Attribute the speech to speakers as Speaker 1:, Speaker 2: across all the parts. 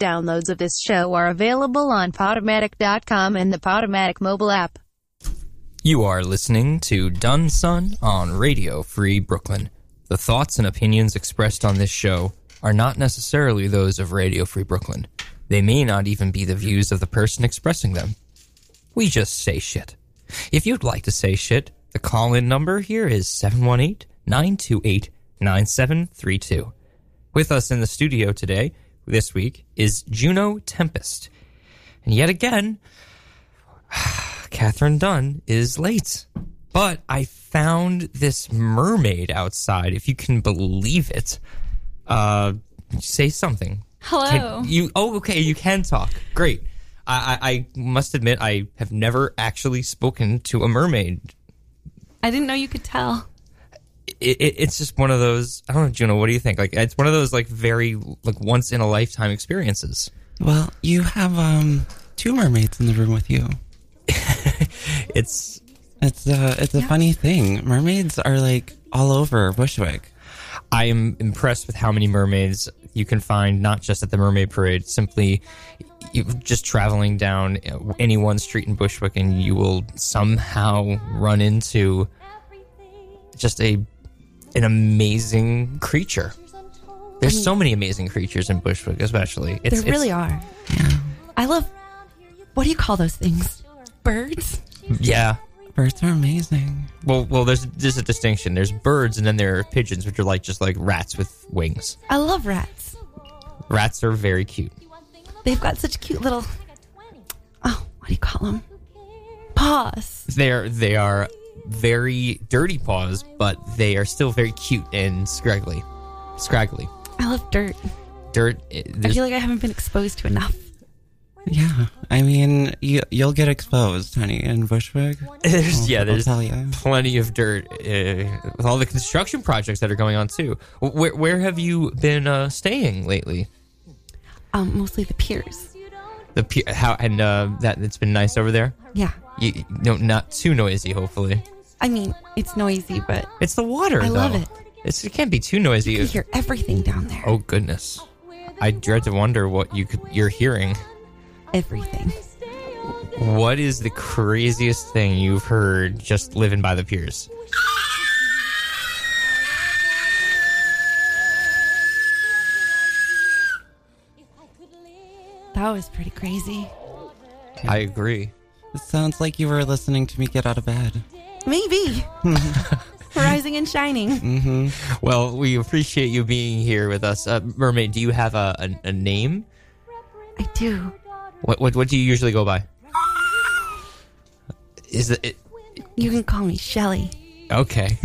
Speaker 1: Downloads of this show are available on Podomatic.com and the Podomatic mobile app.
Speaker 2: You are listening to Dunsun on Radio Free Brooklyn. The thoughts and opinions expressed on this show are not necessarily those of Radio Free Brooklyn. They may not even be the views of the person expressing them. We just say shit. If you'd like to say shit, the call in number here is 718 928 9732. With us in the studio today, this week, is Juno Tempest. And yet again, Catherine Dunn is late. But I found this mermaid outside, if you can believe it. Uh, say something.
Speaker 3: Hello.
Speaker 2: Can you oh okay, you can talk. Great. I, I, I must admit I have never actually spoken to a mermaid.
Speaker 3: I didn't know you could tell.
Speaker 2: It, it, it's just one of those I don't know, Juno, what do you think? Like it's one of those like very like once in a lifetime experiences.
Speaker 4: Well, you have um two mermaids in the room with you.
Speaker 2: It's
Speaker 4: It's uh it's a funny thing. Mermaids are like all over Bushwick.
Speaker 2: I am impressed with how many mermaids you can find, not just at the Mermaid Parade, simply you, just traveling down uh, any one street in Bushwick, and you will somehow run into just a an amazing creature. There's so many amazing creatures in Bushwick, especially. It's,
Speaker 3: there really
Speaker 2: it's-
Speaker 3: are. I love. What do you call those things? Birds?
Speaker 2: Yeah.
Speaker 4: Birds are amazing.
Speaker 2: Well, well, there's there's a distinction. There's birds, and then there are pigeons, which are like just like rats with wings.
Speaker 3: I love rats.
Speaker 2: Rats are very cute.
Speaker 3: They've got such cute little. Oh, what do you call them? Paws.
Speaker 2: they're they are very dirty paws, but they are still very cute and scraggly, scraggly.
Speaker 3: I love dirt.
Speaker 2: Dirt. eh,
Speaker 3: I
Speaker 2: there's-
Speaker 3: feel like I haven't been exposed to enough.
Speaker 4: Yeah. I mean, you you'll get exposed, honey, in Bushwick.
Speaker 2: there's- yeah,
Speaker 4: I'll
Speaker 2: there's
Speaker 4: tell ya.
Speaker 2: plenty of dirt eh, with all the construction projects that are going on too. Wh- Where where have you been uh, staying lately?
Speaker 3: Um, mostly the piers.
Speaker 2: The pe- how and uh, that it's been nice over there.
Speaker 3: Yeah.
Speaker 2: You, you- no, not too noisy. Hopefully,
Speaker 3: I mean, it's noisy, but
Speaker 2: it's the water.
Speaker 3: I love
Speaker 2: though.
Speaker 3: it.
Speaker 2: It's, it can't be too noisy.
Speaker 3: you hear everything down there.
Speaker 2: Oh goodness, I dread to wonder what you could you're hearing.
Speaker 3: Everything.
Speaker 2: What is the craziest thing you've heard just living by the piers?
Speaker 3: That was pretty crazy.
Speaker 2: I agree.
Speaker 4: It sounds like you were listening to me get out of bed.
Speaker 3: Maybe. Rising and
Speaker 2: Mm.
Speaker 3: shining.
Speaker 2: Well, we appreciate you being here with us. Uh, Mermaid, do you have a, a, a name?
Speaker 3: I do.
Speaker 2: What, what what do you usually go by? Is it, it
Speaker 3: You can call me Shelly.
Speaker 2: okay?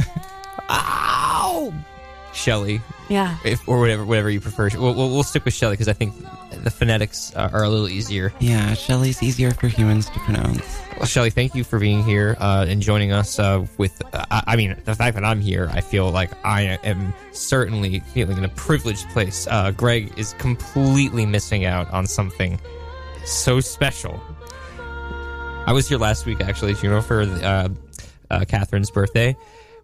Speaker 2: Ow, Shelly,
Speaker 3: Yeah.
Speaker 2: if or whatever whatever you prefer. We'll, we'll, we'll stick with Shelly because I think the phonetics are, are a little easier.
Speaker 4: Yeah, Shelley's easier for humans to pronounce.
Speaker 2: Well, Shelly, thank you for being here uh, and joining us. Uh, with, uh, I I mean, the fact that I'm here, I feel like I am certainly feeling in a privileged place. Uh, Greg is completely missing out on something so special. I was here last week, actually, you know, for uh, uh, Catherine's birthday,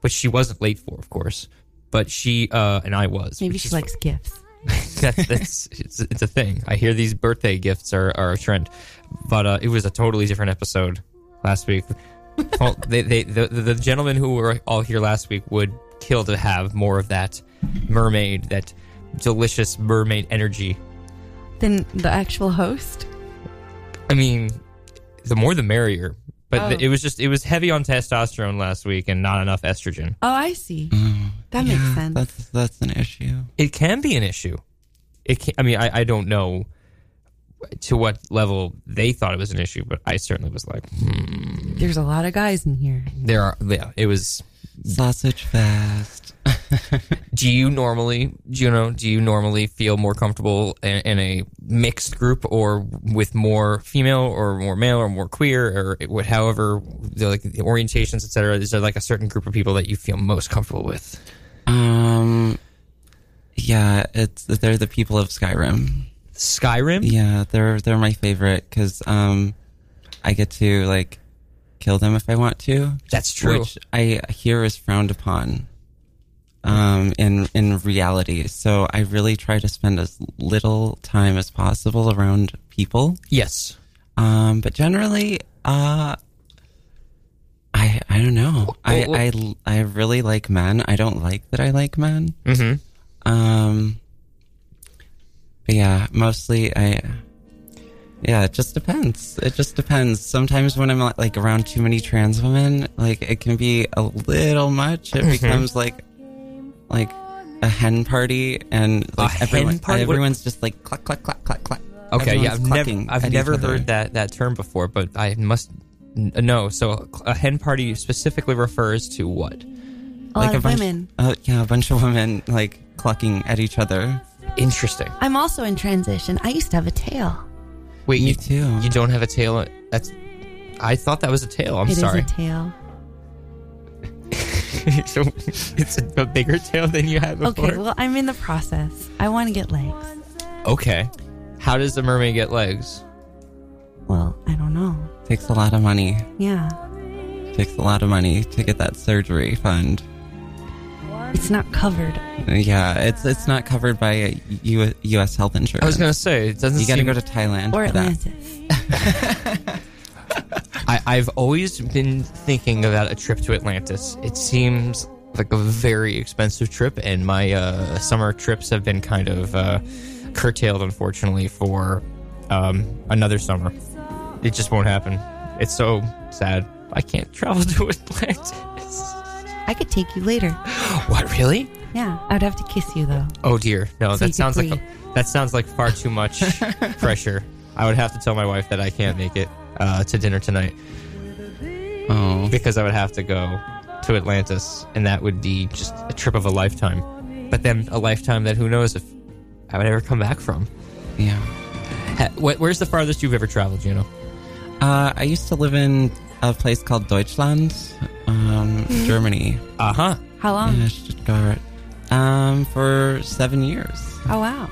Speaker 2: which she wasn't late for, of course. But she uh, and I was.
Speaker 3: Maybe
Speaker 2: which
Speaker 3: she
Speaker 2: is
Speaker 3: likes gifts.
Speaker 2: that, that's it's, it's a thing. I hear these birthday gifts are, are a trend, but uh, it was a totally different episode last week. well, they, they, the, the gentlemen who were all here last week would kill to have more of that mermaid, that delicious mermaid energy.
Speaker 3: Then the actual host.
Speaker 2: I mean, the more the merrier. But
Speaker 3: Oh.
Speaker 2: th- it was just it was heavy on testosterone last week and not enough estrogen.
Speaker 3: Oh, I see.
Speaker 2: Mm-hmm.
Speaker 3: That
Speaker 4: yeah,
Speaker 3: makes sense.
Speaker 4: That's that's an issue.
Speaker 2: it can be an issue. It can, I mean, I, I don't know to what level they thought it was an issue, but I certainly was like, hmm,
Speaker 3: There's a lot of guys in here.
Speaker 2: there are, yeah, it was.
Speaker 4: Sausage fest.
Speaker 2: Do you normally, Juno, do you normally feel more comfortable in, in a mixed group or with more female or more male or more queer or it would- however, the, like the orientations, et cetera? Is there like a certain group of people that you feel most comfortable with?
Speaker 4: Um yeah, it's they're the people of Skyrim.
Speaker 2: Skyrim?
Speaker 4: Yeah, they're they're my favorite cuz um I get to like kill them if I want to,
Speaker 2: That's true.
Speaker 4: which I hear is frowned upon. um, in in reality. So I really try to spend as little time as possible around people.
Speaker 2: Yes.
Speaker 4: Um, but generally, uh, I I don't know. I,
Speaker 2: Well,
Speaker 4: I I really like men. I don't like that I like men.
Speaker 2: Mhm.
Speaker 4: Um, but yeah, mostly I. Yeah, it just depends. It just depends. Sometimes when I'm like around too many trans women, like it can be a little much.
Speaker 2: Mm-hmm.
Speaker 4: It becomes like like a hen party and like
Speaker 2: hen
Speaker 4: everyone-
Speaker 2: party? What-
Speaker 4: everyone's just like cluck cluck cluck cluck cluck.
Speaker 2: Okay.
Speaker 4: Everyone's
Speaker 2: yeah. I've never
Speaker 4: clucking at
Speaker 2: I've
Speaker 4: each
Speaker 2: never
Speaker 4: other.
Speaker 2: heard that that term before, but I must n- know. So a hen party specifically refers to what?
Speaker 3: A lot of
Speaker 4: bunch,
Speaker 3: women.
Speaker 4: Oh yeah, a bunch of women like clucking at each other.
Speaker 2: Interesting.
Speaker 3: I'm also in transition. I used to have a tail.
Speaker 2: Wait,
Speaker 4: Me
Speaker 2: you
Speaker 4: too.
Speaker 2: You don't have a tail. That's. I thought that was a tail. I'm
Speaker 3: It is
Speaker 2: sorry.
Speaker 3: a tail.
Speaker 2: so it's a, a bigger tail than you had before.
Speaker 3: Okay, well, I'm in the process. I want to get legs.
Speaker 2: Okay. How does the mermaid get legs?
Speaker 3: Well, I don't know.
Speaker 4: Takes a lot of money.
Speaker 3: Yeah.
Speaker 4: Takes a lot of money to get that surgery fund.
Speaker 3: It's not covered.
Speaker 4: Yeah, it's it's not covered by U- U.S. health insurance.
Speaker 2: I was gonna say it doesn't.
Speaker 4: you got to
Speaker 2: seem-
Speaker 4: go to Thailand
Speaker 3: Or
Speaker 4: for that.
Speaker 3: Atlantis.
Speaker 2: I, I've always been thinking about a trip to Atlantis. It seems like a very expensive trip, and my uh, summer trips have been kind of uh, curtailed, unfortunately, for um, another summer. It just won't happen. It's so sad. I can't travel to Atlantis.
Speaker 3: I could take you later.
Speaker 2: Oh, What really?
Speaker 3: Yeah. I would have to kiss you though.
Speaker 2: Oh dear, no.
Speaker 3: So you
Speaker 2: that
Speaker 3: could
Speaker 2: sounds like
Speaker 3: breathe.
Speaker 2: that sounds like far too much pressure. I would have to tell my wife that I can't make it uh, to dinner tonight
Speaker 4: Oh,
Speaker 2: because I would have to go to Atlantis, and that would be just a trip of a lifetime. But then a lifetime that who knows if I would ever come back from.
Speaker 4: Oh, yeah.
Speaker 2: Ha- wh- Where's the farthest you've ever traveled, Juno?
Speaker 4: Uh, I used to live in a place called Deutschland, um, Germany.
Speaker 2: Uh
Speaker 4: Uh-huh.
Speaker 2: huh.
Speaker 3: How
Speaker 5: Oh.
Speaker 3: long?
Speaker 4: Yeah, Stuttgart. Um, for seven years.
Speaker 3: Oh wow.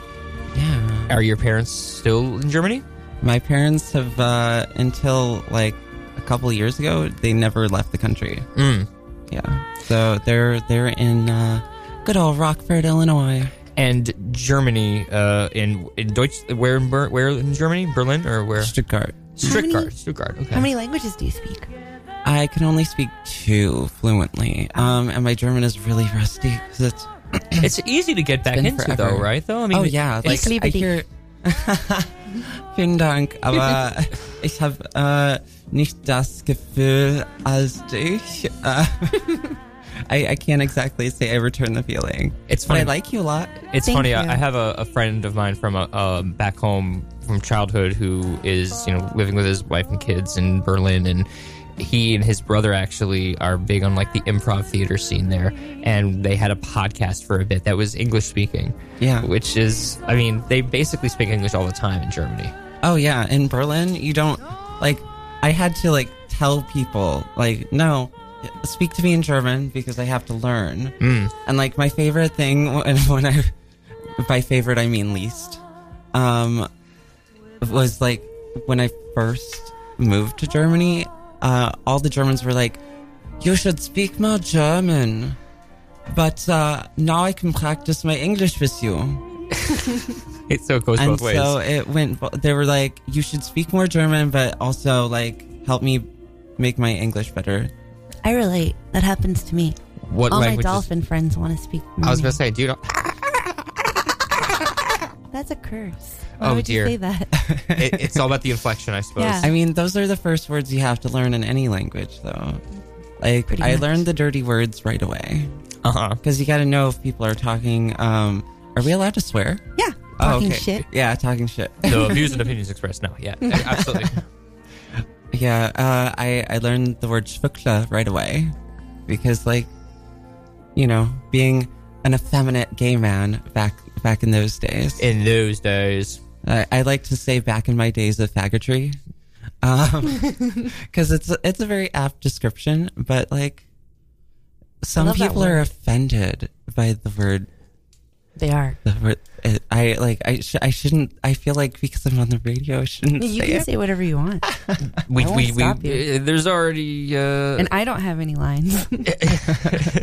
Speaker 4: Yeah.
Speaker 2: Are your parents still in Germany?
Speaker 4: My parents have, uh, until like a couple years ago, they never left the country.
Speaker 2: Mm.
Speaker 4: Yeah. So they're they're in uh, good old Rockford, Illinois.
Speaker 2: And Germany, uh, in in Deutsch, where in Ber- where in Germany, Berlin or where?
Speaker 4: Stuttgart.
Speaker 2: Stuttgart. Stuttgart. Okay.
Speaker 3: How many languages do you speak?
Speaker 4: I can only speak two fluently, um, and my German is really rusty 'cause it's.
Speaker 2: It's easy to get back
Speaker 4: been
Speaker 2: into
Speaker 4: forever.
Speaker 2: though, right? Though I mean,
Speaker 4: oh yeah, like I
Speaker 3: liebe dich.
Speaker 4: hear. Vielen Dank, aber ich habe äh, nicht das Gefühl als dich. Äh, I, I can't exactly say I return the feeling.
Speaker 2: It's
Speaker 4: But I
Speaker 2: funny.
Speaker 4: like you a lot.
Speaker 2: it's
Speaker 3: Thank
Speaker 2: funny.
Speaker 3: you.
Speaker 2: I, I have a, a friend of mine from uh, um, back home from childhood who is you know living with his wife and kids in Berlin, and he and his brother actually are big on like the improv theater scene there, and they had a podcast for a bit that was English speaking.
Speaker 4: Yeah.
Speaker 2: which is I mean they basically speak English all the time in Germany.
Speaker 4: Oh yeah, in Berlin, you don't like. I had to like tell people like no, speak to me in German because I have to learn. Mm. And like my favorite thing when, when I, by favorite I mean least, um, was like when I first moved to Germany, uh, all the Germans were like, "You should speak more German," but uh, now I can practice my English with you
Speaker 2: It so it goes
Speaker 4: and
Speaker 2: both ways.
Speaker 4: so it went. bo- They were like, "You should speak more German, but also like help me make my English better."
Speaker 3: I relate. That happens to me.
Speaker 2: what
Speaker 3: All Oh, my
Speaker 2: languages?
Speaker 3: dolphin friends want to speak.
Speaker 2: I
Speaker 3: Malay.
Speaker 2: was gonna say, dude.
Speaker 3: That's a curse. Why
Speaker 2: Oh,
Speaker 3: would
Speaker 2: dear.
Speaker 3: you say that?
Speaker 2: It, it's all about the inflection, I suppose.
Speaker 3: Yeah.
Speaker 4: I mean, those are the first words you have to learn in any language, though. Like,
Speaker 3: Pretty
Speaker 4: I
Speaker 3: much.
Speaker 4: learned the dirty words right away
Speaker 2: Uh huh.
Speaker 4: because you got to know if people are talking. Um, are we allowed to swear?
Speaker 3: yeah.
Speaker 4: Oh,
Speaker 3: Talking
Speaker 4: okay.
Speaker 3: shit.
Speaker 4: Yeah, talking shit.
Speaker 2: the views and opinions expressed now. Yeah, absolutely.
Speaker 4: Yeah, uh, I I learned the word schwuckla right away because, like, you know, being an effeminate gay man back back in those days.
Speaker 2: In those days,
Speaker 4: I, I like to say back in my days of faggotry, because it's it's a very apt description. But like, some
Speaker 3: love that
Speaker 4: people are offended by the word
Speaker 3: They are.
Speaker 4: The- I like I sh- I shouldn't I feel like because I'm on the radio I shouldn't
Speaker 3: You
Speaker 4: say
Speaker 3: can
Speaker 4: it.
Speaker 3: say whatever you want,
Speaker 2: We,
Speaker 3: I won't
Speaker 2: we, we,
Speaker 3: stop you.
Speaker 2: uh, there's already. Uh,
Speaker 3: and I don't have any lines.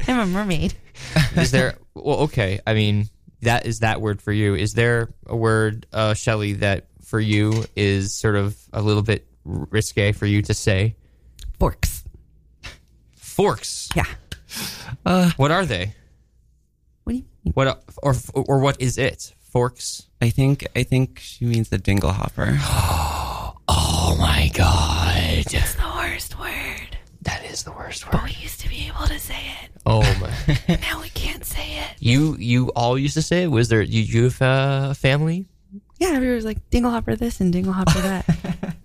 Speaker 3: I'm a mermaid.
Speaker 2: is there? Well, okay. I mean, that is that word for you. Is there a word, uh, Shelly, that for you is sort of a little bit risque for you to say?
Speaker 3: Forks.
Speaker 2: Forks.
Speaker 3: Yeah.
Speaker 2: What are they?
Speaker 3: What do you mean?
Speaker 2: What a- or or what is it? Forks.
Speaker 4: I think I think she means the dingle hopper.
Speaker 2: Oh my god.
Speaker 3: It's the worst word.
Speaker 2: That is the worst word.
Speaker 3: We used to be able to say it.
Speaker 2: Oh my.
Speaker 3: Now we can't say it.
Speaker 2: you you all used to say it. Was there you you have a family?
Speaker 3: Yeah, everyone's like dinglehopper this and dinglehopper that,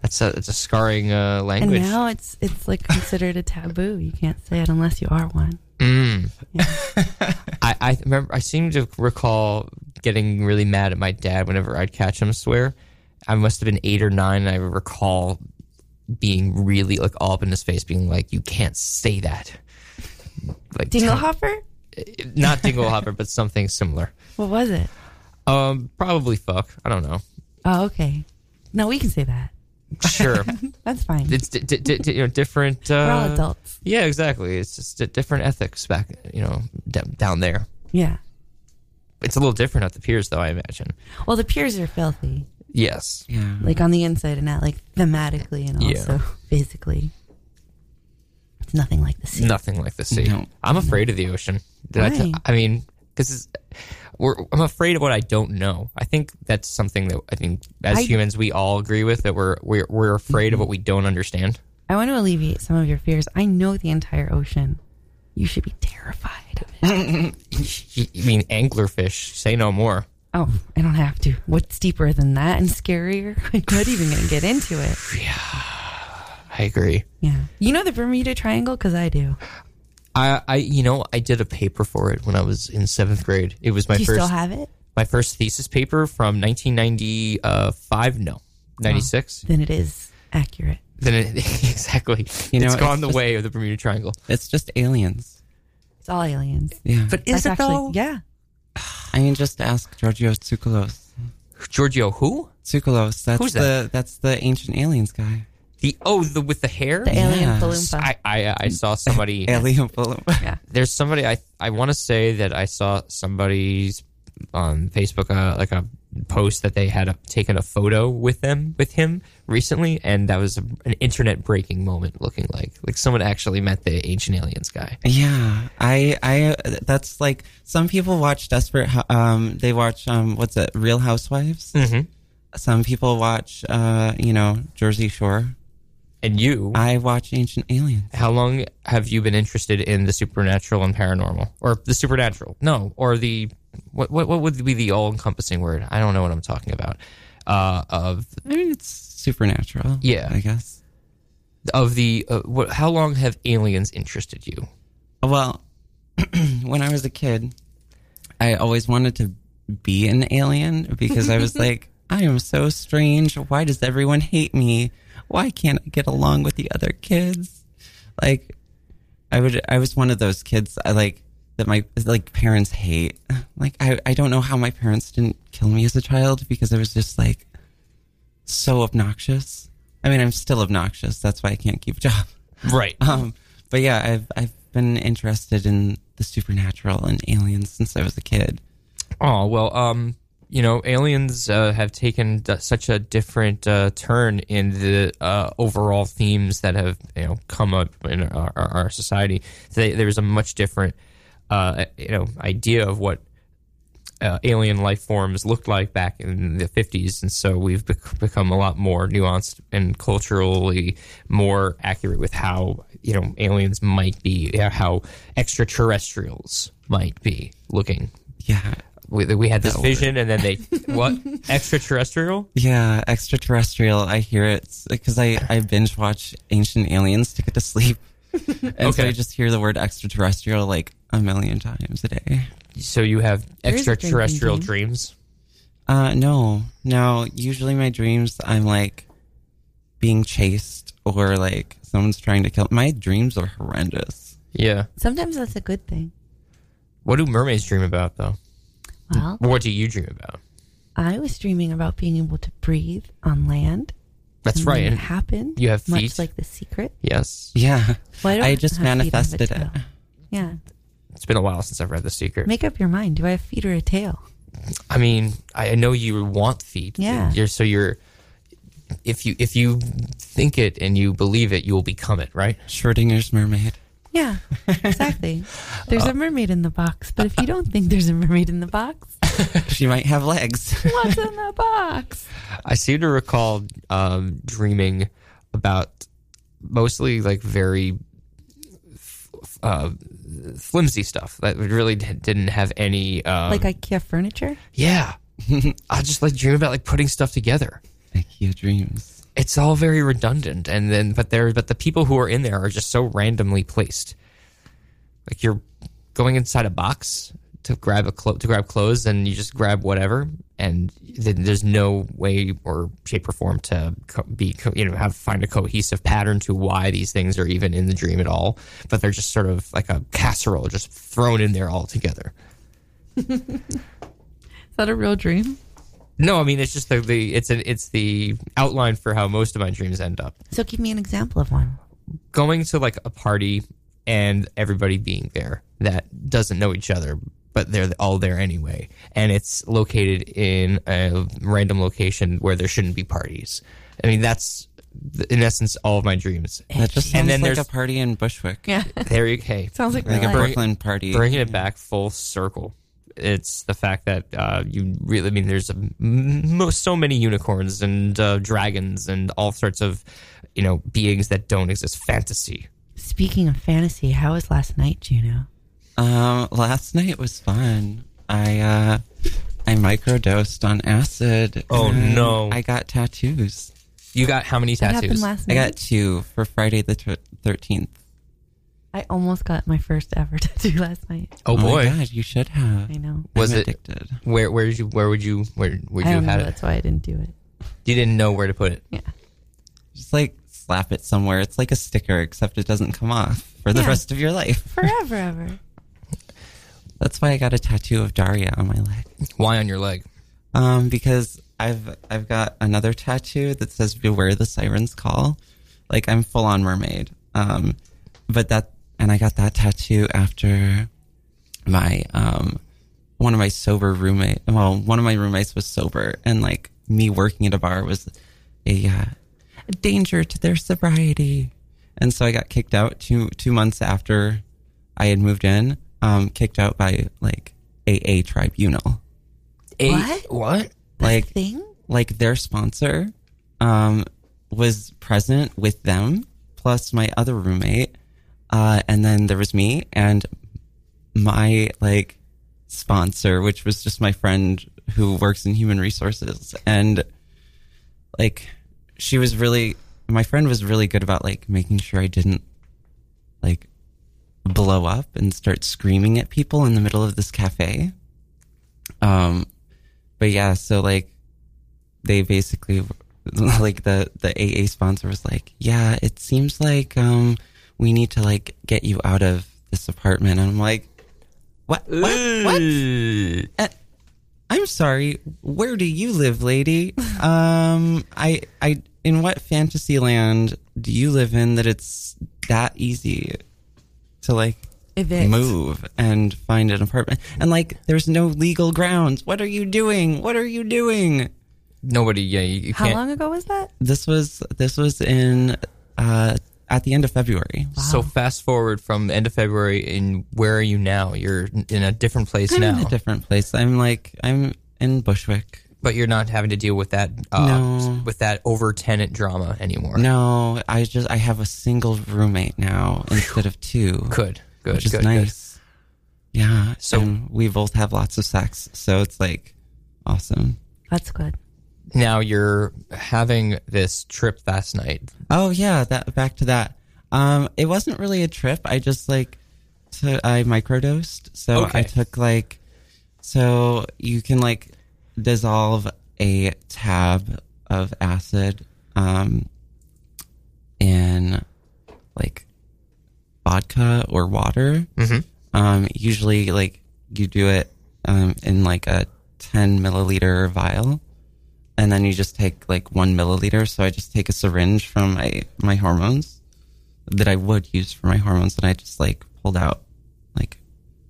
Speaker 2: That's a that's a scarring uh,
Speaker 3: and
Speaker 2: language.
Speaker 3: now it's it's like considered a taboo. You can't say it unless you are one.
Speaker 2: I, I remember I seem to recall getting really mad at my dad whenever I'd catch him swear. I must have been eight or nine, and I recall being really like all up in his face, being like, "You can't say that." Like
Speaker 3: Dinglehopper?
Speaker 2: not dinglehopper, but something similar.
Speaker 3: What was it?
Speaker 2: Um, probably fuck. I don't know.
Speaker 3: Oh, okay. No, we can say that.
Speaker 2: Sure,
Speaker 3: That's fine.
Speaker 2: it's di- di- di- di- you know different. Uh,
Speaker 3: We're all adults.
Speaker 2: Yeah, exactly. It's just a different ethics back, you know, d- down there.
Speaker 3: Yeah.
Speaker 2: It's a little different at the piers, though. I imagine.
Speaker 3: Well, the peers are filthy,
Speaker 2: Yes.
Speaker 4: Yeah.
Speaker 3: like on the inside and out, like thematically and
Speaker 2: Yeah.
Speaker 3: also physically. It's nothing like the sea.
Speaker 2: Nothing like the sea.
Speaker 4: No.
Speaker 2: I'm afraid of the ocean. Did I, t-
Speaker 3: Why?
Speaker 2: I mean, because we're I'm afraid of what I don't know. I think that's something that I think as
Speaker 3: I-
Speaker 2: humans we all agree with that we're we're, we're afraid of what we don't understand.
Speaker 3: I want to alleviate some of your fears. I know the entire ocean. You should be terrified of it.
Speaker 2: I mean, anglerfish. Say no more.
Speaker 3: Oh, I don't have to. What's deeper than that and scarier? I'm not even going to get into it.
Speaker 2: I agree.
Speaker 3: Yeah. You know the Bermuda Triangle? Because I do.
Speaker 2: I, I you know I did a paper for it when I was in seventh grade. It was my
Speaker 3: Do you
Speaker 2: first
Speaker 3: still have it?
Speaker 2: my first thesis paper from 1995. No,
Speaker 5: Oh.
Speaker 2: 96.
Speaker 3: Then it is accurate.
Speaker 2: Then it, exactly.
Speaker 4: You know,
Speaker 2: it's gone
Speaker 4: it's
Speaker 2: the
Speaker 4: just-
Speaker 2: way of the Bermuda Triangle.
Speaker 4: It's just aliens.
Speaker 3: It's all aliens.
Speaker 4: Yeah.
Speaker 2: But
Speaker 3: That's actually, Yeah.
Speaker 4: I mean just ask Giorgio Tsoukalos.
Speaker 2: Giorgio who?
Speaker 4: Tsoukalos, that's
Speaker 2: Who's
Speaker 4: the
Speaker 2: that?
Speaker 4: that's the ancient aliens guy.
Speaker 2: The oh, the with the hair.
Speaker 3: The alien
Speaker 4: Yeah.
Speaker 3: Balloon
Speaker 2: I, I I saw somebody.
Speaker 4: Alien Bullet.
Speaker 2: there's somebody I I want to say that I saw somebody's on Facebook uh, like a post that they had a, taken a photo with them with him recently, and that was a, an internet breaking moment. Looking like like someone actually met the ancient aliens guy.
Speaker 4: Yeah, I, I, that's like some people watch Desperate. Hou- Um, they watch um, what's it, Real Housewives.
Speaker 2: Mhm.
Speaker 4: Some people watch, uh, you know, Jersey Shore.
Speaker 2: And you,
Speaker 4: I watch Ancient Aliens.
Speaker 2: how long have you been interested in the supernatural and paranormal, or the supernatural? No, or the what what what would be the all encompassing word? I don't know what I'm talking about. Uh, of
Speaker 4: I mean, it's supernatural.
Speaker 2: Yeah.
Speaker 4: I guess.
Speaker 2: of the uh, what, how long have aliens interested you?
Speaker 4: Well, when I was a kid, I always wanted to be an alien because I was like, I am so strange. Why does everyone hate me? Why can't I get along with the other kids? Like, I would, I was one of those kids I like that my like parents hate. Like, I, I don't know how my parents didn't kill me as a child because I was just like so obnoxious. I mean, I'm still obnoxious. That's why I can't keep a job.
Speaker 2: Right.
Speaker 4: Um, but yeah, I've I've been interested in the supernatural and aliens since I was a kid.
Speaker 2: Oh well, um, you know, aliens uh, have taken d- such a different uh, turn in the uh, overall themes that have you know come up in our, our, our society. They, there's a much different, uh, you know, idea of what uh, alien life forms looked like back in the 50s, and so we've bec- become a lot more nuanced and culturally more accurate with how you know aliens might be, yeah, how extraterrestrials might be looking
Speaker 4: Yeah,
Speaker 2: we, we had this
Speaker 4: That
Speaker 2: vision and then they what extraterrestrial
Speaker 4: yeah, extraterrestrial. I hear it because I I binge watch Ancient Aliens to get to sleep, and so
Speaker 2: Okay.
Speaker 4: I just hear the word extraterrestrial like a million times a day.
Speaker 2: so you have
Speaker 3: There is a drinking
Speaker 2: extraterrestrial
Speaker 3: game.
Speaker 2: dreams
Speaker 4: Uh, no, no. Usually my dreams, I'm like being chased or like someone's trying to kill. My dreams are horrendous.
Speaker 2: yeah
Speaker 3: Sometimes that's a good thing.
Speaker 2: what do mermaids dream about though
Speaker 3: Well,
Speaker 2: What do you dream about?
Speaker 3: I was dreaming about being able to breathe on land.
Speaker 2: That's
Speaker 3: And
Speaker 2: right.
Speaker 3: when It
Speaker 2: and-
Speaker 3: happened.
Speaker 2: you have feet.
Speaker 3: much like the secret.
Speaker 2: yes.
Speaker 4: Yeah.
Speaker 3: Why don't
Speaker 4: I just
Speaker 3: have feet and have a
Speaker 4: manifested it.
Speaker 3: tail? Yeah.
Speaker 2: It's been a while since I've read The Secret.
Speaker 3: Make up your mind. Do I have feet or a tail?
Speaker 2: I mean, I I know you want feet.
Speaker 3: Yeah.
Speaker 2: You're, so you're, if you if you think it and you believe it, you will become it, right?
Speaker 4: Schrodinger's mermaid.
Speaker 3: Yeah, exactly. There's a mermaid in the box, but if you don't think there's a mermaid in the box,
Speaker 4: She might have legs.
Speaker 3: what's in the box?
Speaker 2: I seem to recall um, dreaming about mostly like very f- uh, flimsy stuff that really d- didn't have any. Um,
Speaker 3: Like IKEA furniture?
Speaker 2: yeah, I just like dream about like putting stuff together.
Speaker 4: IKEA dreams.
Speaker 2: It's all very redundant, and then but there but the people who are in there are just so randomly placed. Like you're going inside a box to grab a clo- to grab clothes, and you just grab whatever, and then there's no way or shape or form to co- be co- you know have find a cohesive pattern to why these things are even in the dream at all. But they're just sort of like a casserole, just thrown in there all together.
Speaker 3: Is that a real dream?
Speaker 2: No, I mean it's just the, the it's a, it's the outline for how most of my dreams end up.
Speaker 3: So give me an example of one.
Speaker 2: going to like a party and everybody being there that doesn't know each other but they're all there anyway and it's located in a random location where there shouldn't be parties i mean that's th- in essence all of my dreams
Speaker 4: That
Speaker 2: And
Speaker 4: just sounds
Speaker 2: then
Speaker 4: like
Speaker 2: there's-
Speaker 4: a party in Bushwick.
Speaker 3: Yeah,
Speaker 2: there you hey
Speaker 3: sounds like,
Speaker 4: Like
Speaker 3: real
Speaker 4: a
Speaker 3: life.
Speaker 4: Brooklyn party.
Speaker 2: bringing it back full circle it's the fact that uh, you really I mean there's a, m- mo- so many unicorns and uh, dragons and all sorts of you know beings that don't exist fantasy
Speaker 3: Speaking of fantasy, how was last night, Juno?
Speaker 4: Um, last night was fun. I uh, I microdosed on acid.
Speaker 2: Oh,
Speaker 4: and
Speaker 2: no.
Speaker 4: I got tattoos.
Speaker 2: you got how many
Speaker 3: What
Speaker 2: tattoos
Speaker 3: happened last
Speaker 4: I
Speaker 3: night?
Speaker 4: got two for Friday the thirteenth.
Speaker 3: I almost got my first ever tattoo last night.
Speaker 2: oh boy
Speaker 4: my god, you should have.
Speaker 3: I know.
Speaker 2: Was
Speaker 4: I'm
Speaker 2: it-
Speaker 4: addicted?
Speaker 2: Where where did you where would you where would
Speaker 3: I
Speaker 2: you
Speaker 3: don't
Speaker 2: had
Speaker 3: know.
Speaker 2: it?
Speaker 3: That's why I didn't do it.
Speaker 2: You didn't know where to put it.
Speaker 4: Just like slap it somewhere. It's like a sticker, except it doesn't come off for the
Speaker 3: Yeah.
Speaker 4: rest of your life.
Speaker 3: Forever, ever.
Speaker 4: That's why I got a tattoo of Daria on my leg.
Speaker 2: Why on your leg?
Speaker 4: Um, because I've I've got another tattoo that says "Beware the Sirens Call," like I'm full on mermaid. Um, but that and I got that tattoo after my um one of my sober roommate. Well, one of my roommates was sober, and like me working at a bar was a, uh, a danger to their sobriety, and so I got kicked out two two months after I had moved in. Um, kicked out by like AA tribunal
Speaker 2: A,
Speaker 3: What?
Speaker 2: What?
Speaker 4: like
Speaker 3: Thing?
Speaker 4: like their sponsor um, was present with them plus my other roommate uh, and then there was me and my like sponsor which was just my friend who works in human resources and like she was really my friend was really good about like making sure i didn't like blow up and start screaming at people in the middle of this cafe um but yeah so like they basically like the the AA sponsor was like, "Yeah, it seems like um we need to like get you out of this apartment." And I'm like, "What? What? what?
Speaker 2: Ooh.
Speaker 4: Uh, I'm sorry. Where do you live, lady? Um, I I in what fantasy land do you live in that it's that easy to like
Speaker 3: Evict.
Speaker 4: move and find an apartment? And like there's no legal grounds. What are you doing? What are you doing?"
Speaker 2: Nobody. Yeah, you, you
Speaker 3: How
Speaker 2: can't.
Speaker 3: long ago was that?
Speaker 4: this was this was in uh at the end of February.
Speaker 2: So fast forward from the end of February, and where are you now? You're in a different place
Speaker 4: I'm
Speaker 2: now,
Speaker 4: in a different place. I'm like I'm in Bushwick.
Speaker 2: but you're not having to deal with that uh,
Speaker 4: No.
Speaker 2: with that over tenant drama anymore.
Speaker 4: No, I just I have a single roommate now instead of two,
Speaker 2: Good. Good.
Speaker 4: which is
Speaker 2: good. good.
Speaker 4: nice. Yeah.
Speaker 2: So-
Speaker 4: So we both have lots of sex, so it's like awesome.
Speaker 3: That's good.
Speaker 2: Now you're having this trip last night.
Speaker 4: Oh yeah, that back to that. Um, it wasn't really a trip. I just like to, I microdosed, so
Speaker 2: Okay.
Speaker 4: I took like so you can like dissolve a tab of acid um in like vodka or water. Um, usually like you do it um, in like a 10 milliliter vial. And then you just take like one milliliter. So I just take a syringe from my, my hormones that I would use for my hormones. And I just like pulled out like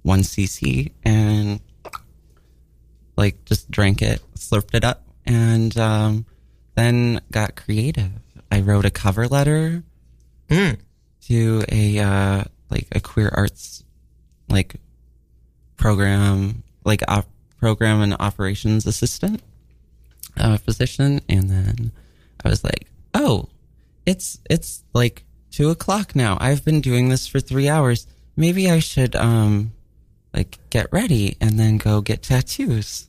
Speaker 4: one cc and like just drank it, slurped it up, and um, then got creative. I wrote a cover letter to a uh, like a queer arts like program, like op- program and operations assistant, uh, physician, and then I was like, oh, it's it's like two o'clock now. I've been doing this for three hours. Maybe I should um like get ready and then go get tattoos.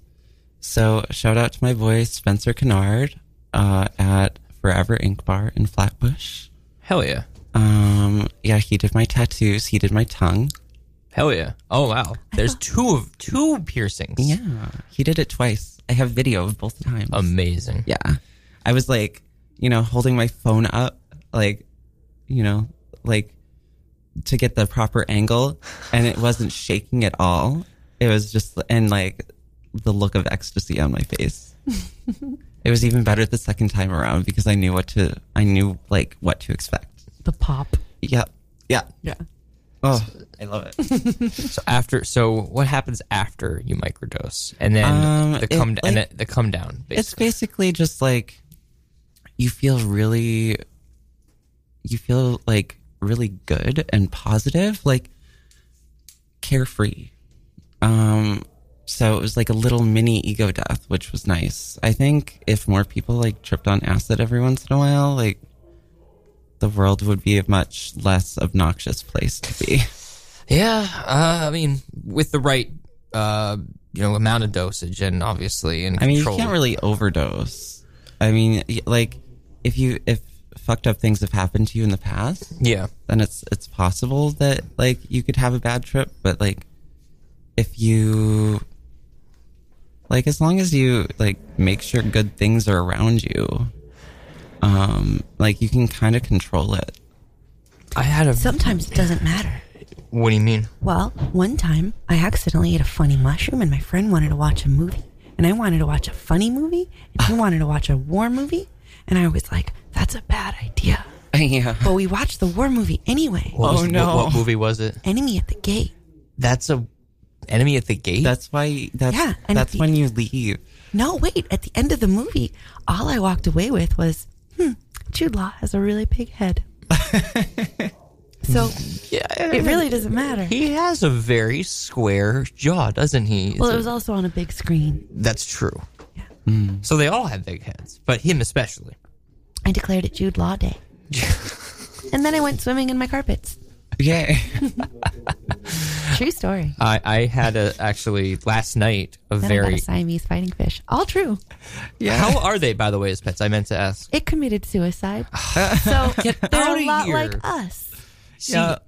Speaker 4: So shout out to my boy Spencer Kennard uh, at Forever Ink Bar in Flatbush.
Speaker 2: Hell yeah.
Speaker 4: Um, yeah, he did my tattoos. He did my tongue.
Speaker 2: Hell yeah. Oh wow. There's two of two piercings.
Speaker 4: Yeah, he did it twice. I have video of both times.
Speaker 2: Amazing.
Speaker 4: Yeah. I was like, you know, holding my phone up, like, you know, like to get the proper angle, and it wasn't shaking at all. It was just, and like the look of ecstasy on my face. it was even better the second time around because I knew what to, I knew like what to expect.
Speaker 3: The pop.
Speaker 4: Yep. Yeah.
Speaker 3: Yeah.
Speaker 4: Oh, I love it.
Speaker 2: So after so what happens after you microdose? And then
Speaker 4: Um,
Speaker 2: the
Speaker 4: it,
Speaker 2: come
Speaker 4: like-
Speaker 2: and the, the come down
Speaker 4: it's
Speaker 2: basically.
Speaker 4: basically just like you feel really you feel like really good and positive like carefree um so it was like a little mini ego death which was nice i think if more people like tripped on acid every once in a while like the world would be a much less obnoxious place to be
Speaker 2: yeah. Uh, I mean with the right uh, you know amount of dosage and obviously and
Speaker 4: I mean, you
Speaker 2: control.
Speaker 4: can't really overdose. I mean, y- like if you if fucked up things have happened to you in the past,
Speaker 2: yeah.
Speaker 4: then it's it's possible that like you could have a bad trip, but like if you like as long as you like make sure good things are around you, um like you can kind of control it.
Speaker 2: I had a
Speaker 3: Sometimes it doesn't matter.
Speaker 2: What do you mean?
Speaker 3: Well, one time I accidentally ate a funny mushroom, and my friend wanted to watch a movie, and I wanted to watch a funny movie, and he wanted to watch a war movie, and I was like, "That's a bad idea."
Speaker 4: yeah.
Speaker 3: But we watched the war movie anyway.
Speaker 2: What was-
Speaker 4: Oh,
Speaker 2: what-
Speaker 4: no.
Speaker 2: What, movie was it?
Speaker 3: Enemy at the gate.
Speaker 2: That's a enemy at the gate.
Speaker 4: That's why that's
Speaker 3: Yeah, and
Speaker 4: that's
Speaker 3: the-
Speaker 4: when you leave.
Speaker 3: No, wait. At the end of the movie, all I walked away with was, "Hmm, Jude Law has a really big head." so
Speaker 2: yeah.
Speaker 3: it really doesn't matter.
Speaker 2: He has a very square jaw, doesn't he?
Speaker 3: Well,
Speaker 2: It's
Speaker 3: it
Speaker 2: a-
Speaker 3: was also on a big screen.
Speaker 2: That's true.
Speaker 4: Hmm.
Speaker 2: So they all have big heads, but him especially.
Speaker 3: I declared it Jude Law Day. and then I went swimming in my carpets.
Speaker 4: Yeah.
Speaker 3: True story.
Speaker 2: I, I had a actually last night a
Speaker 3: Then I got
Speaker 2: very
Speaker 3: a Siamese fighting fish. All true.
Speaker 2: how are they by the way as pets? I meant to ask.
Speaker 3: It committed suicide. so they're
Speaker 2: outta
Speaker 3: a lot
Speaker 2: here.
Speaker 3: like us.
Speaker 2: Yeah,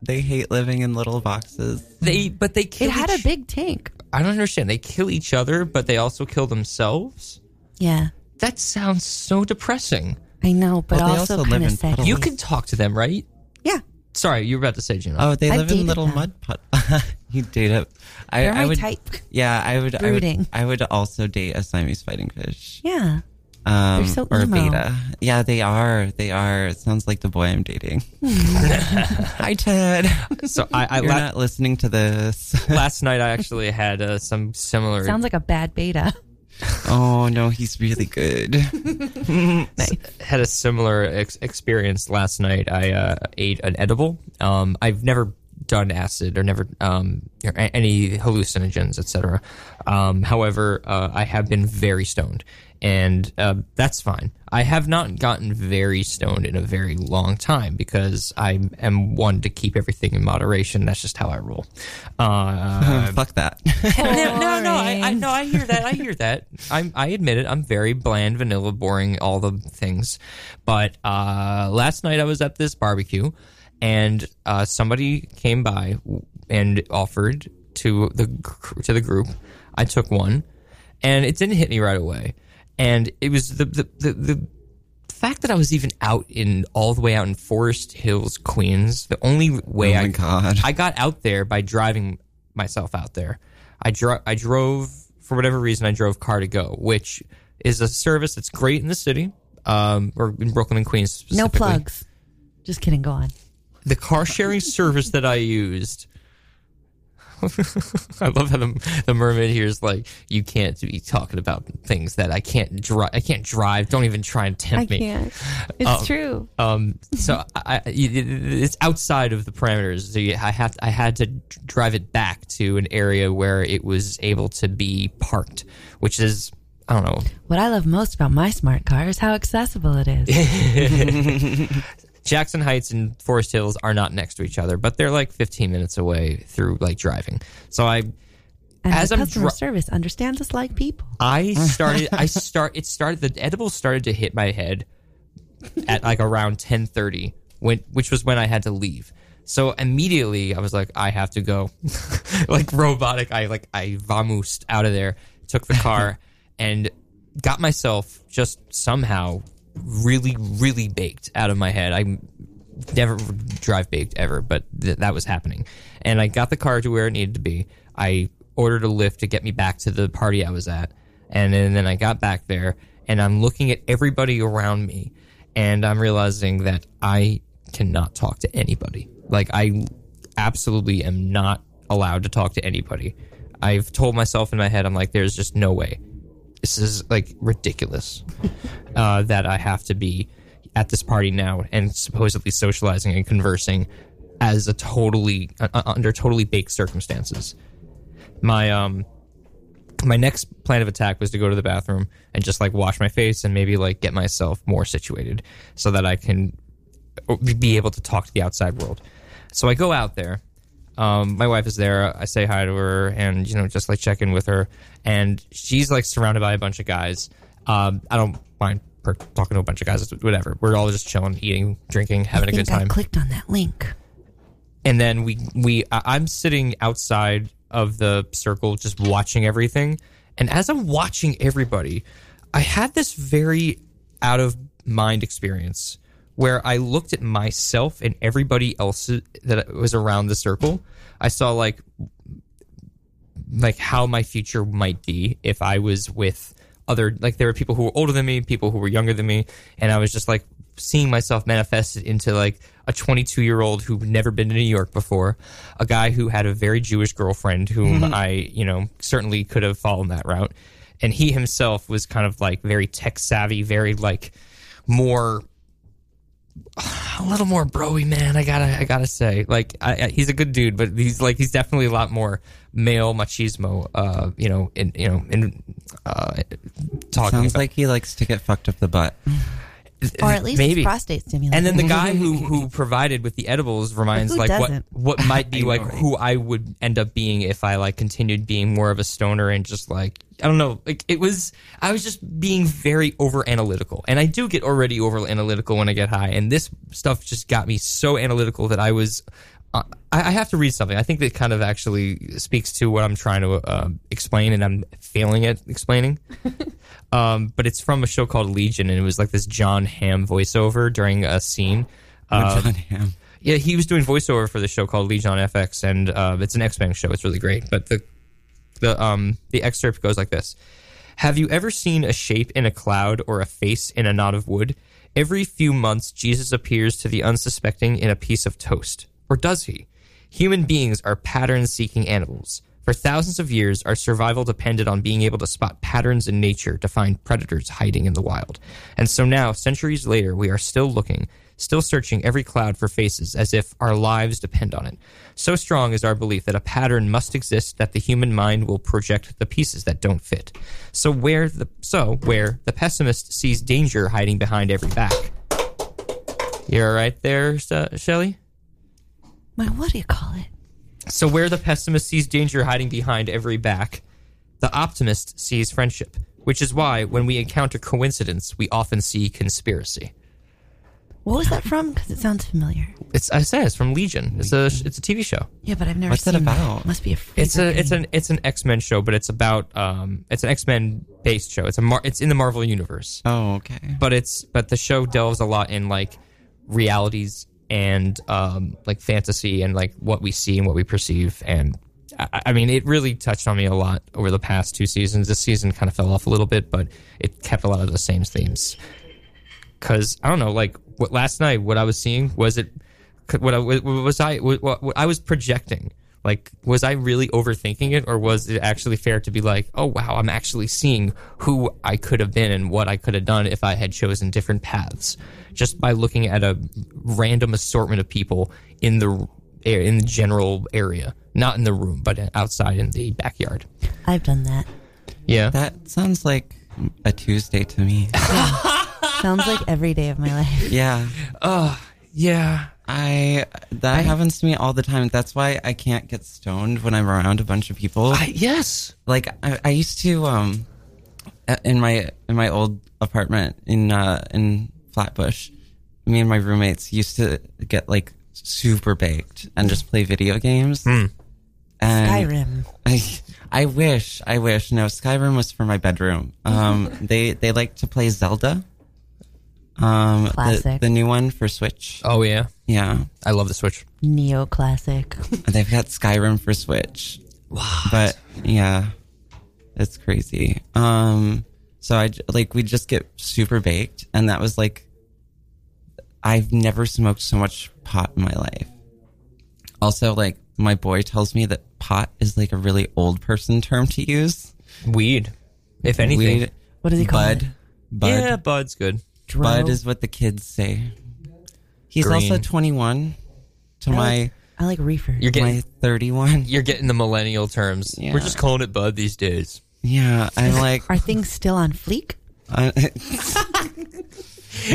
Speaker 4: they hate living in little boxes.
Speaker 2: they but they kill.
Speaker 3: It had a
Speaker 2: each-
Speaker 3: big tank.
Speaker 2: I don't understand. They kill each other, but they also kill themselves.
Speaker 3: Yeah,
Speaker 2: That sounds so depressing.
Speaker 3: I know, but
Speaker 4: Well, they
Speaker 3: also,
Speaker 4: also live
Speaker 3: kind of
Speaker 4: in
Speaker 3: sad.
Speaker 4: puddles.
Speaker 2: You can talk to them, right?
Speaker 3: Yeah.
Speaker 2: Sorry, you were about to say Gina.
Speaker 4: Oh, they
Speaker 3: I've
Speaker 4: live in
Speaker 3: dated
Speaker 4: little
Speaker 3: them.
Speaker 4: mud putt. you date up. I,
Speaker 3: They're
Speaker 4: I
Speaker 3: my
Speaker 4: would,
Speaker 3: type.
Speaker 4: Yeah, I would, I
Speaker 3: Brooding.
Speaker 4: would. I would also date a Siamese fighting fish.
Speaker 3: Yeah.
Speaker 4: Um,
Speaker 3: so
Speaker 4: or a
Speaker 3: emo.
Speaker 4: beta. Yeah, they are. They are. It sounds like the boy I'm dating. Hi, Ted.
Speaker 2: so I, I
Speaker 4: You're
Speaker 2: la-
Speaker 4: not listening to this.
Speaker 2: last night I actually had uh, some similar.
Speaker 3: Sounds like a bad beta.
Speaker 4: oh no, he's really good.
Speaker 2: had a similar ex- experience last night. I uh, ate an edible. Um, I've never done acid or never um, or a- any hallucinogens, etc. Um, however, uh, I have been very stoned, and uh, that's fine. I have not gotten very stoned in a very long time because I am one to keep everything in moderation. That's just how I roll. Uh,
Speaker 4: Oh, Fuck that.
Speaker 2: no, no, no, I, I, no, I hear that. I hear that. I'm, I admit it. I'm very bland, vanilla, boring, all the things. But uh, last night I was at this barbecue, and uh, somebody came by and offered to the gr- to the group. I took one, and it didn't hit me right away. And it was the the, the, the fact that I was even out in all the way out in Forest Hills, Queens. The only way
Speaker 4: Oh
Speaker 2: I
Speaker 4: my God.
Speaker 2: I got out there by driving myself out there. I dro- I drove for whatever reason I drove Car to Go, which is a service that's great in the city, um, or in Brooklyn and Queens.
Speaker 3: No
Speaker 2: specifically.
Speaker 3: plugs. Just kidding. Go on.
Speaker 2: The car sharing service that I used. I love how the, the mermaid here is like, you can't be talking about things that I can't drive. I can't drive. Don't even try and tempt
Speaker 5: I
Speaker 2: me.
Speaker 5: can't. It's true.
Speaker 2: Um, so I, I- it's outside of the parameters. So you- I have I had to drive it back to an area where it was able to be parked, which is I don't know.
Speaker 3: What I love most about my smart car is how accessible it is.
Speaker 2: Jackson Heights and Forest Hills are not next to each other, but they're like 15 minutes away through like driving. So I
Speaker 3: And
Speaker 2: As
Speaker 3: the
Speaker 2: I'm
Speaker 3: customer
Speaker 2: dri-
Speaker 3: service understands us like people.
Speaker 2: I started. I start. It started. The edibles started to hit my head at like around ten thirty, when which was when I had to leave. So immediately I was like, I have to go, like robotic. I like I vamoosed out of there, took the car, and got myself just somehow really, really baked out of my head. I never drive baked ever, but th- that was happening. And I got the car to where it needed to be. I ordered a lift to get me back to the party I was at. And then, then I got back there and I'm looking at everybody around me and I'm realizing that I cannot talk to anybody. Like, I absolutely am not allowed to talk to anybody. I've told myself in my head, I'm like, there's just no way this is like ridiculous uh, that I have to be at this party now and supposedly socializing and conversing as a totally uh, uh, under totally baked circumstances. My um my next plan of attack was to go to the bathroom and just like wash my face and maybe like get myself more situated so that I can uh, be able to talk to the outside world. So I go out there. Um, my wife is there. I say hi to her and, you know, just like check in with her. And she's like surrounded by a bunch of guys. Um, I don't mind her talking to a bunch of guys, it's whatever. We're all just chilling, eating, drinking, having
Speaker 3: I
Speaker 2: a good
Speaker 3: think I
Speaker 2: time
Speaker 3: clicked on that link.
Speaker 2: and then we we I- I'm sitting outside of the circle just watching everything and as I'm watching everybody I had this very out of mind experience where I looked at myself and everybody else that was around the circle I saw like like how my future might be if I was with other like there were people who were older than me, people who were younger than me, and I was just like seeing myself manifested into like a 22 year old who'd never been to New York before, a guy who had a very Jewish girlfriend whom I you know certainly could have fallen that route, and he himself was kind of like very tech savvy, very like more a little more broy man i gotta i gotta say like I, I, he's a good dude but he's like he's definitely a lot more male machismo uh you know in you know in uh talking
Speaker 4: Sounds
Speaker 2: about,
Speaker 4: like he likes to get fucked up the butt.
Speaker 3: Or at least
Speaker 2: maybe
Speaker 3: it's prostate stimulation.
Speaker 2: and then the guy who who provided with the edibles reminds
Speaker 3: Who
Speaker 2: like
Speaker 3: doesn't?
Speaker 2: what what might be
Speaker 4: I know,
Speaker 2: like
Speaker 4: right?
Speaker 2: who I would end up being if I like continued being more of a stoner and just like I don't know like it was I was just being very over analytical and I do get already over analytical when I get high and this stuff just got me so analytical that I was. Uh, I I have to read something. I think that kind of actually speaks to what I'm trying to uh, explain, and I'm failing at explaining um, but it's from a show called Legion, and it was like this John Hamm voiceover during a scene. Uh,
Speaker 4: John Hamm.
Speaker 2: yeah, he was doing voiceover for the show called Legion on FX, and uh, it's an X Men show. It's really great. But the the um the excerpt goes like this: Have you ever seen a shape in a cloud or a face in a knot of wood? Every few months, Jesus appears to the unsuspecting in a piece of toast, or does he? Human beings are pattern-seeking animals. For thousands of years, our survival depended on being able to spot patterns in nature to find predators hiding in the wild. And so now, centuries later, we are still looking, still searching every cloud for faces as if our lives depend on it. So strong is our belief that a pattern must exist that the human mind will project the pieces that don't fit. So where the so where the pessimist sees danger hiding behind every back. You're right there, Se- Shelley.
Speaker 3: My, what do you call it?
Speaker 2: So where the pessimist sees danger hiding behind every back, the optimist sees friendship, which is why when we encounter coincidence, we often see conspiracy.
Speaker 3: What was that from? Because it sounds familiar.
Speaker 2: It's I say it's from Legion. It's a it's a TV show.
Speaker 3: Yeah, but I've never
Speaker 4: What's
Speaker 3: seen
Speaker 4: that about?
Speaker 3: Must be a. freaker
Speaker 2: It's a it's
Speaker 3: thing.
Speaker 2: an it's an X Men show, but it's about um it's an X Men based show. It's a mar- it's in the Marvel universe,
Speaker 4: Oh, okay.
Speaker 2: but it's but the show delves a lot in like realities and um like fantasy and like what we see and what we perceive and I I mean, it really touched on me a lot over the past two seasons. This season kind of fell off a little bit, but it kept a lot of the same themes. Because I don't know, like what last night, what I was seeing was it. could- What I wa- was I wa- what, what I was projecting. Like, was I really overthinking it, or was it actually fair to be like, "Oh wow, I'm actually seeing who I could have been and what I could have done if I had chosen different paths, just by looking at a random assortment of people in the air in the general area, not in the room, but outside in the backyard."
Speaker 3: I've done that.
Speaker 2: Yeah,
Speaker 4: That sounds like a Tuesday to me.
Speaker 3: Sounds like every day of my life.
Speaker 4: yeah.
Speaker 2: yeah.
Speaker 4: I that happens to me all the time. That's why I can't get stoned when I'm around a bunch of people.
Speaker 2: I, yes.
Speaker 4: like I, I used to um a- in my in my old apartment in uh in Flatbush, me and my roommates used to get like super baked and just play video games. And
Speaker 3: Skyrim.
Speaker 4: I I wish, I wish. No, Skyrim was for my bedroom. Um they they like to play Zelda. Um the-
Speaker 3: Classic.
Speaker 4: the new one for Switch.
Speaker 2: Oh yeah.
Speaker 4: Yeah.
Speaker 2: I love the Switch.
Speaker 3: Neo classic.
Speaker 4: They've got Skyrim for Switch. But yeah, it's crazy. Um, so I j- like we just get super baked, and that was like, I've never smoked so much pot in my life. Also, like my boy tells me that pot is like a really old person term to use.
Speaker 2: Weed, if anything.
Speaker 4: Weed-
Speaker 3: What does he call
Speaker 4: bud,
Speaker 3: it?
Speaker 4: Bud,
Speaker 2: Yeah, bud's good.
Speaker 3: Dro?
Speaker 4: bud is what the kids say. He's also
Speaker 2: Green.
Speaker 4: 21 to
Speaker 3: I
Speaker 4: my
Speaker 3: like, I like reefer.
Speaker 2: You're getting
Speaker 4: my 31.
Speaker 2: you're getting the millennial terms.
Speaker 4: Yeah.
Speaker 2: We're just calling it bud these days.
Speaker 4: Yeah, I'm like
Speaker 3: Are things still on fleek?
Speaker 4: Uh,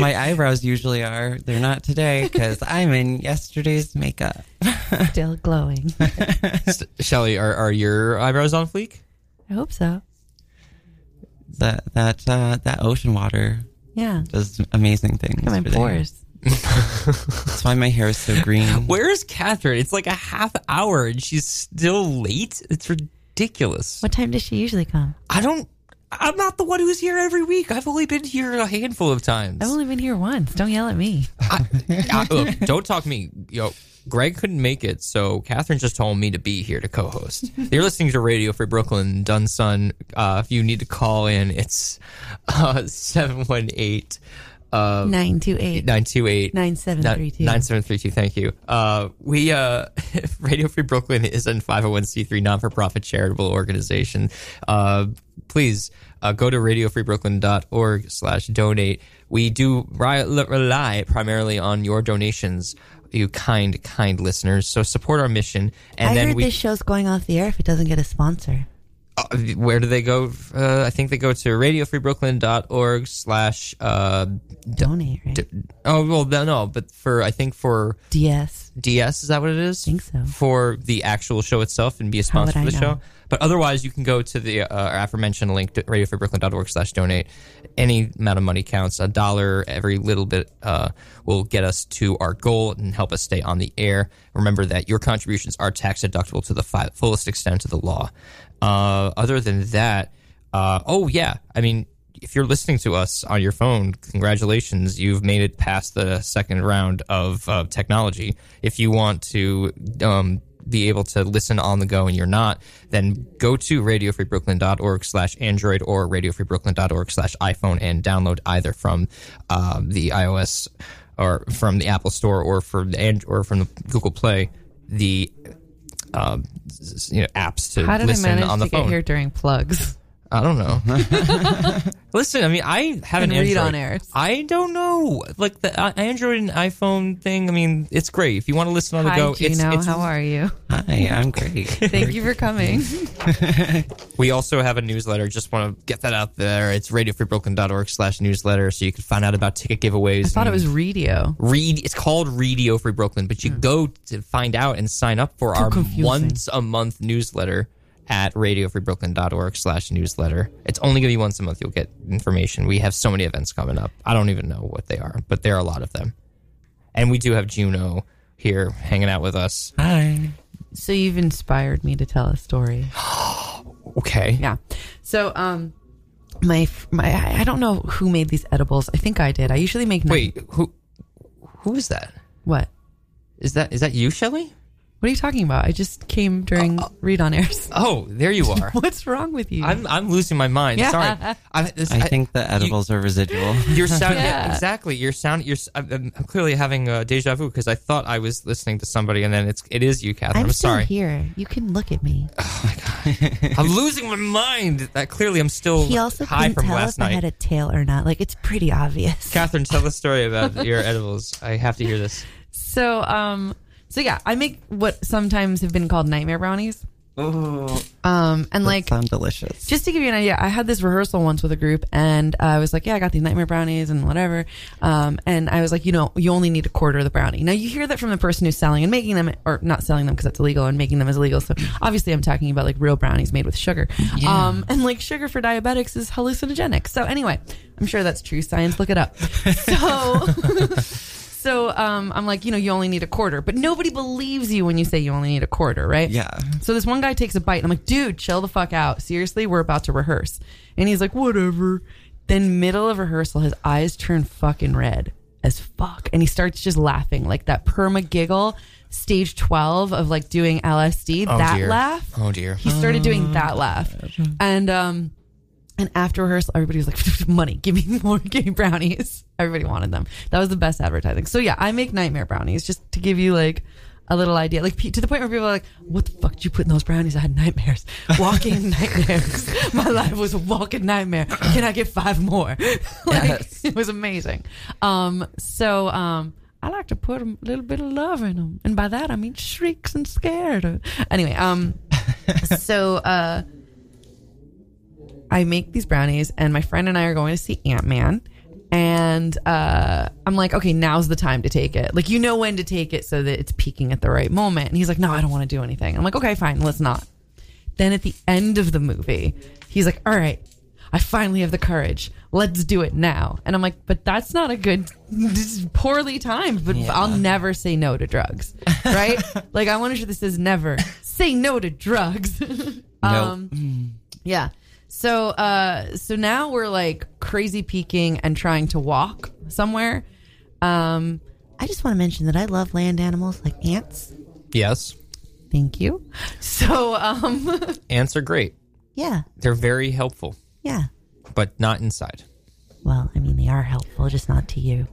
Speaker 4: My eyebrows usually are. They're not today because I'm in yesterday's makeup.
Speaker 3: Still glowing.
Speaker 2: S- Shelly, are, are your eyebrows on fleek?
Speaker 3: I hope so.
Speaker 4: That that uh, that ocean water
Speaker 3: Yeah.
Speaker 4: does amazing things.
Speaker 3: Look at my
Speaker 4: for them.
Speaker 3: pores.
Speaker 4: That's why my hair is so green.
Speaker 2: Where is Catherine? It's like a half hour and she's still late. It's ridiculous.
Speaker 3: What time does she usually come?
Speaker 2: I don't. I'm not the one who's here every week. I've only been here a handful of times.
Speaker 5: Oh,
Speaker 3: I've only been here once. Don't yell at me.
Speaker 2: I- Uh, look, don't talk me. Yo, Greg couldn't make it, so Catherine just told me to be here to co-host. You're listening to Radio Free Brooklyn, Dunsun. Uh, if you need to call in, it's uh, 718 uh,
Speaker 3: 928.
Speaker 2: 928
Speaker 3: 9732.
Speaker 2: 9732 thank you uh we uh radio free brooklyn is a 501c3 non-for-profit charitable organization uh please uh, go to radiofreebrooklyn.org slash donate we do ri- rely primarily on your donations you kind kind listeners so support our mission and
Speaker 3: I
Speaker 2: then
Speaker 3: heard
Speaker 2: we
Speaker 3: this show's going off the air if it doesn't get a sponsor.
Speaker 2: uh, where do they go uh, i think they go to radiofreebrooklyn.org slash uh d-
Speaker 3: Donate, right?
Speaker 2: d- oh well no no but for i think for
Speaker 3: DS.
Speaker 2: DS. Is that what it is? I
Speaker 3: think so.
Speaker 2: For the actual show itself and be a sponsor
Speaker 3: would
Speaker 2: for the
Speaker 3: I
Speaker 2: show.
Speaker 3: know?
Speaker 2: But otherwise, you can go to the uh, aforementioned link, to radioforbrooklyn.org slash donate. Any amount of money counts. A dollar, every little bit uh, will get us to our goal and help us stay on the air. Remember that your contributions are tax deductible to the fi- fullest extent of the law. Uh, other than that, uh, oh, yeah. I mean, if you're listening to us on your phone, congratulations, you've made it past the second round of uh, technology. If you want to um, be able to listen on the go and you're not, then go to radiofreebrooklyn.org slash Android or radiofreebrooklyn.org slash iPhone and download either from um, the iOS or from the Apple Store or from the and- or from the Google Play the um, s- you know, apps to
Speaker 5: How did I
Speaker 2: listen
Speaker 5: manage
Speaker 2: on the
Speaker 5: to
Speaker 2: phone.
Speaker 5: get here during plugs?
Speaker 2: I don't know. Listen, I mean, I have an
Speaker 5: And
Speaker 2: Android.
Speaker 5: read on air.
Speaker 2: I don't know, like the uh, Android and iPhone thing. I mean, it's great if you want to listen on the
Speaker 5: Hi,
Speaker 2: go.
Speaker 5: Gino.
Speaker 2: it's, it's,
Speaker 5: how are you?
Speaker 4: Hi, I'm great.
Speaker 5: Thank you for coming.
Speaker 2: We also have a newsletter. Just want to get that out there. It's radiofreebrooklyn.org slash newsletter, so you can find out about ticket giveaways.
Speaker 5: I thought it
Speaker 2: and
Speaker 5: was radio.
Speaker 2: read. It's called Radio Free Brooklyn, but you go to find out and sign up for our
Speaker 5: Hmm. confusing.
Speaker 2: once a month newsletter at radiofreebrooklyn.org slash newsletter. It's only going to be once a month. You'll get information. We have so many events coming up. I don't even know what they are, but there are a lot of them. And we do have Juno here hanging out with us.
Speaker 4: Hi.
Speaker 5: So you've inspired me to tell a story.
Speaker 2: Okay.
Speaker 5: Yeah. So um my f- my I- I don't know who made these edibles. I think I did. I usually make nut-
Speaker 2: Wait, who who is that?
Speaker 5: What?
Speaker 2: Is that is that you, Shelly?
Speaker 5: What What are you talking about? I just came during read on airs.
Speaker 2: Oh, there you are.
Speaker 5: What's wrong with you?
Speaker 2: I'm I'm losing my mind.
Speaker 5: Yeah.
Speaker 2: Sorry. I, this,
Speaker 4: I think the edibles are residual.
Speaker 2: Your sound, yeah.
Speaker 5: Yeah.
Speaker 2: exactly. Your sound. Your, s- I'm, I'm clearly having a deja vu because I thought I was listening to somebody, and then it's it is you, Catherine. I'm,
Speaker 5: I'm still
Speaker 2: sorry.
Speaker 5: here. You can look at me.
Speaker 2: I'm losing my mind. That clearly, I'm still
Speaker 5: He also
Speaker 2: high
Speaker 5: couldn't
Speaker 2: from
Speaker 5: tell
Speaker 2: last
Speaker 5: if I
Speaker 2: night.
Speaker 5: had a tail or not. Like it's pretty obvious.
Speaker 2: Catherine, tell the story about your edibles. I have to hear this.
Speaker 5: So um so yeah, I make what sometimes have been called nightmare brownies.
Speaker 4: Ooh,
Speaker 5: Um and like
Speaker 4: sound delicious.
Speaker 5: just to give you an idea, I had this rehearsal once with a group and I was like, yeah, I got these nightmare brownies and whatever. Um, and I was like, you know, you only need a quarter of the brownie. Now you hear that from the person who's selling and making them or not selling them because that's illegal and making them is illegal. So obviously I'm talking about like real brownies made with sugar. Um, and like sugar for diabetics is hallucinogenic. So anyway, I'm sure that's true science. Look it up. So. So um, I'm like, you know, you only need a quarter, but nobody believes you when you say you only need a quarter, right?
Speaker 4: Yeah.
Speaker 5: So this one guy takes a bite, and I'm like, dude, chill the fuck out. Seriously, we're about to rehearse. And he's like, whatever. Then, middle of rehearsal, his eyes turn fucking red as fuck. And he starts just laughing, like that perma giggle, stage 12 of like doing LSD,
Speaker 2: Oh,
Speaker 5: that
Speaker 2: dear.
Speaker 5: laugh.
Speaker 2: Oh dear.
Speaker 5: He started doing that laugh. And, um, and after rehearsal, everybody was like, money, give me more gay brownies. Everybody wanted them. That was the best advertising. So yeah, I make nightmare brownies just to give you like a little idea. Like pe- to the point where people are like, what the fuck did you put in those brownies? I had nightmares. Walking nightmares. My life was a walking nightmare. Can I get five more? like, It was amazing. Um, so, um, I like to put a little bit of love in them. And by that, I mean shrieks and scared. Anyway, um, so, uh, I make these brownies, and my friend and I are going to see Ant Man. And uh, I'm like, okay, now's the time to take it. Like, you know when to take it so that it's peaking at the right moment. And he's like, no, I don't want to do anything. I'm like, okay, fine, let's not. Then at the end of the movie, he's like, all right, I finally have the courage. Let's do it now. And I'm like, but that's not a good, this is poorly timed, but I'll never say no to drugs, right? like, I want to sure this is never say no to drugs. um, yeah. So uh so now we're like crazy peeking and trying to walk somewhere. Um
Speaker 3: I just want to mention that I love land animals like ants.
Speaker 2: Yes.
Speaker 5: thank you. So um
Speaker 2: Ants are great.
Speaker 3: Yeah,
Speaker 2: They're very helpful,
Speaker 3: yeah.
Speaker 2: but not inside.
Speaker 3: Well, I mean, they are helpful, just not to you.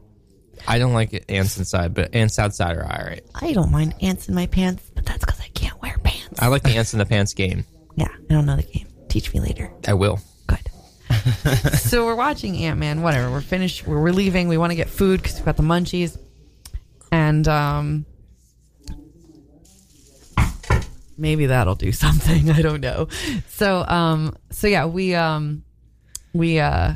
Speaker 2: I don't like ants inside, but ants outside are all right.
Speaker 3: I don't mind ants in my pants, but that's because I can't wear pants.
Speaker 2: I like the ants in the pants game.
Speaker 3: yeah, I don't know the game. Teach me later.
Speaker 2: I will.
Speaker 3: Good.
Speaker 5: so we're watching Ant-Man, whatever. We're finished, we're, we're leaving. We want to get food cuz we've got the munchies. And um maybe that'll do something, I don't know. So um so yeah, we um we uh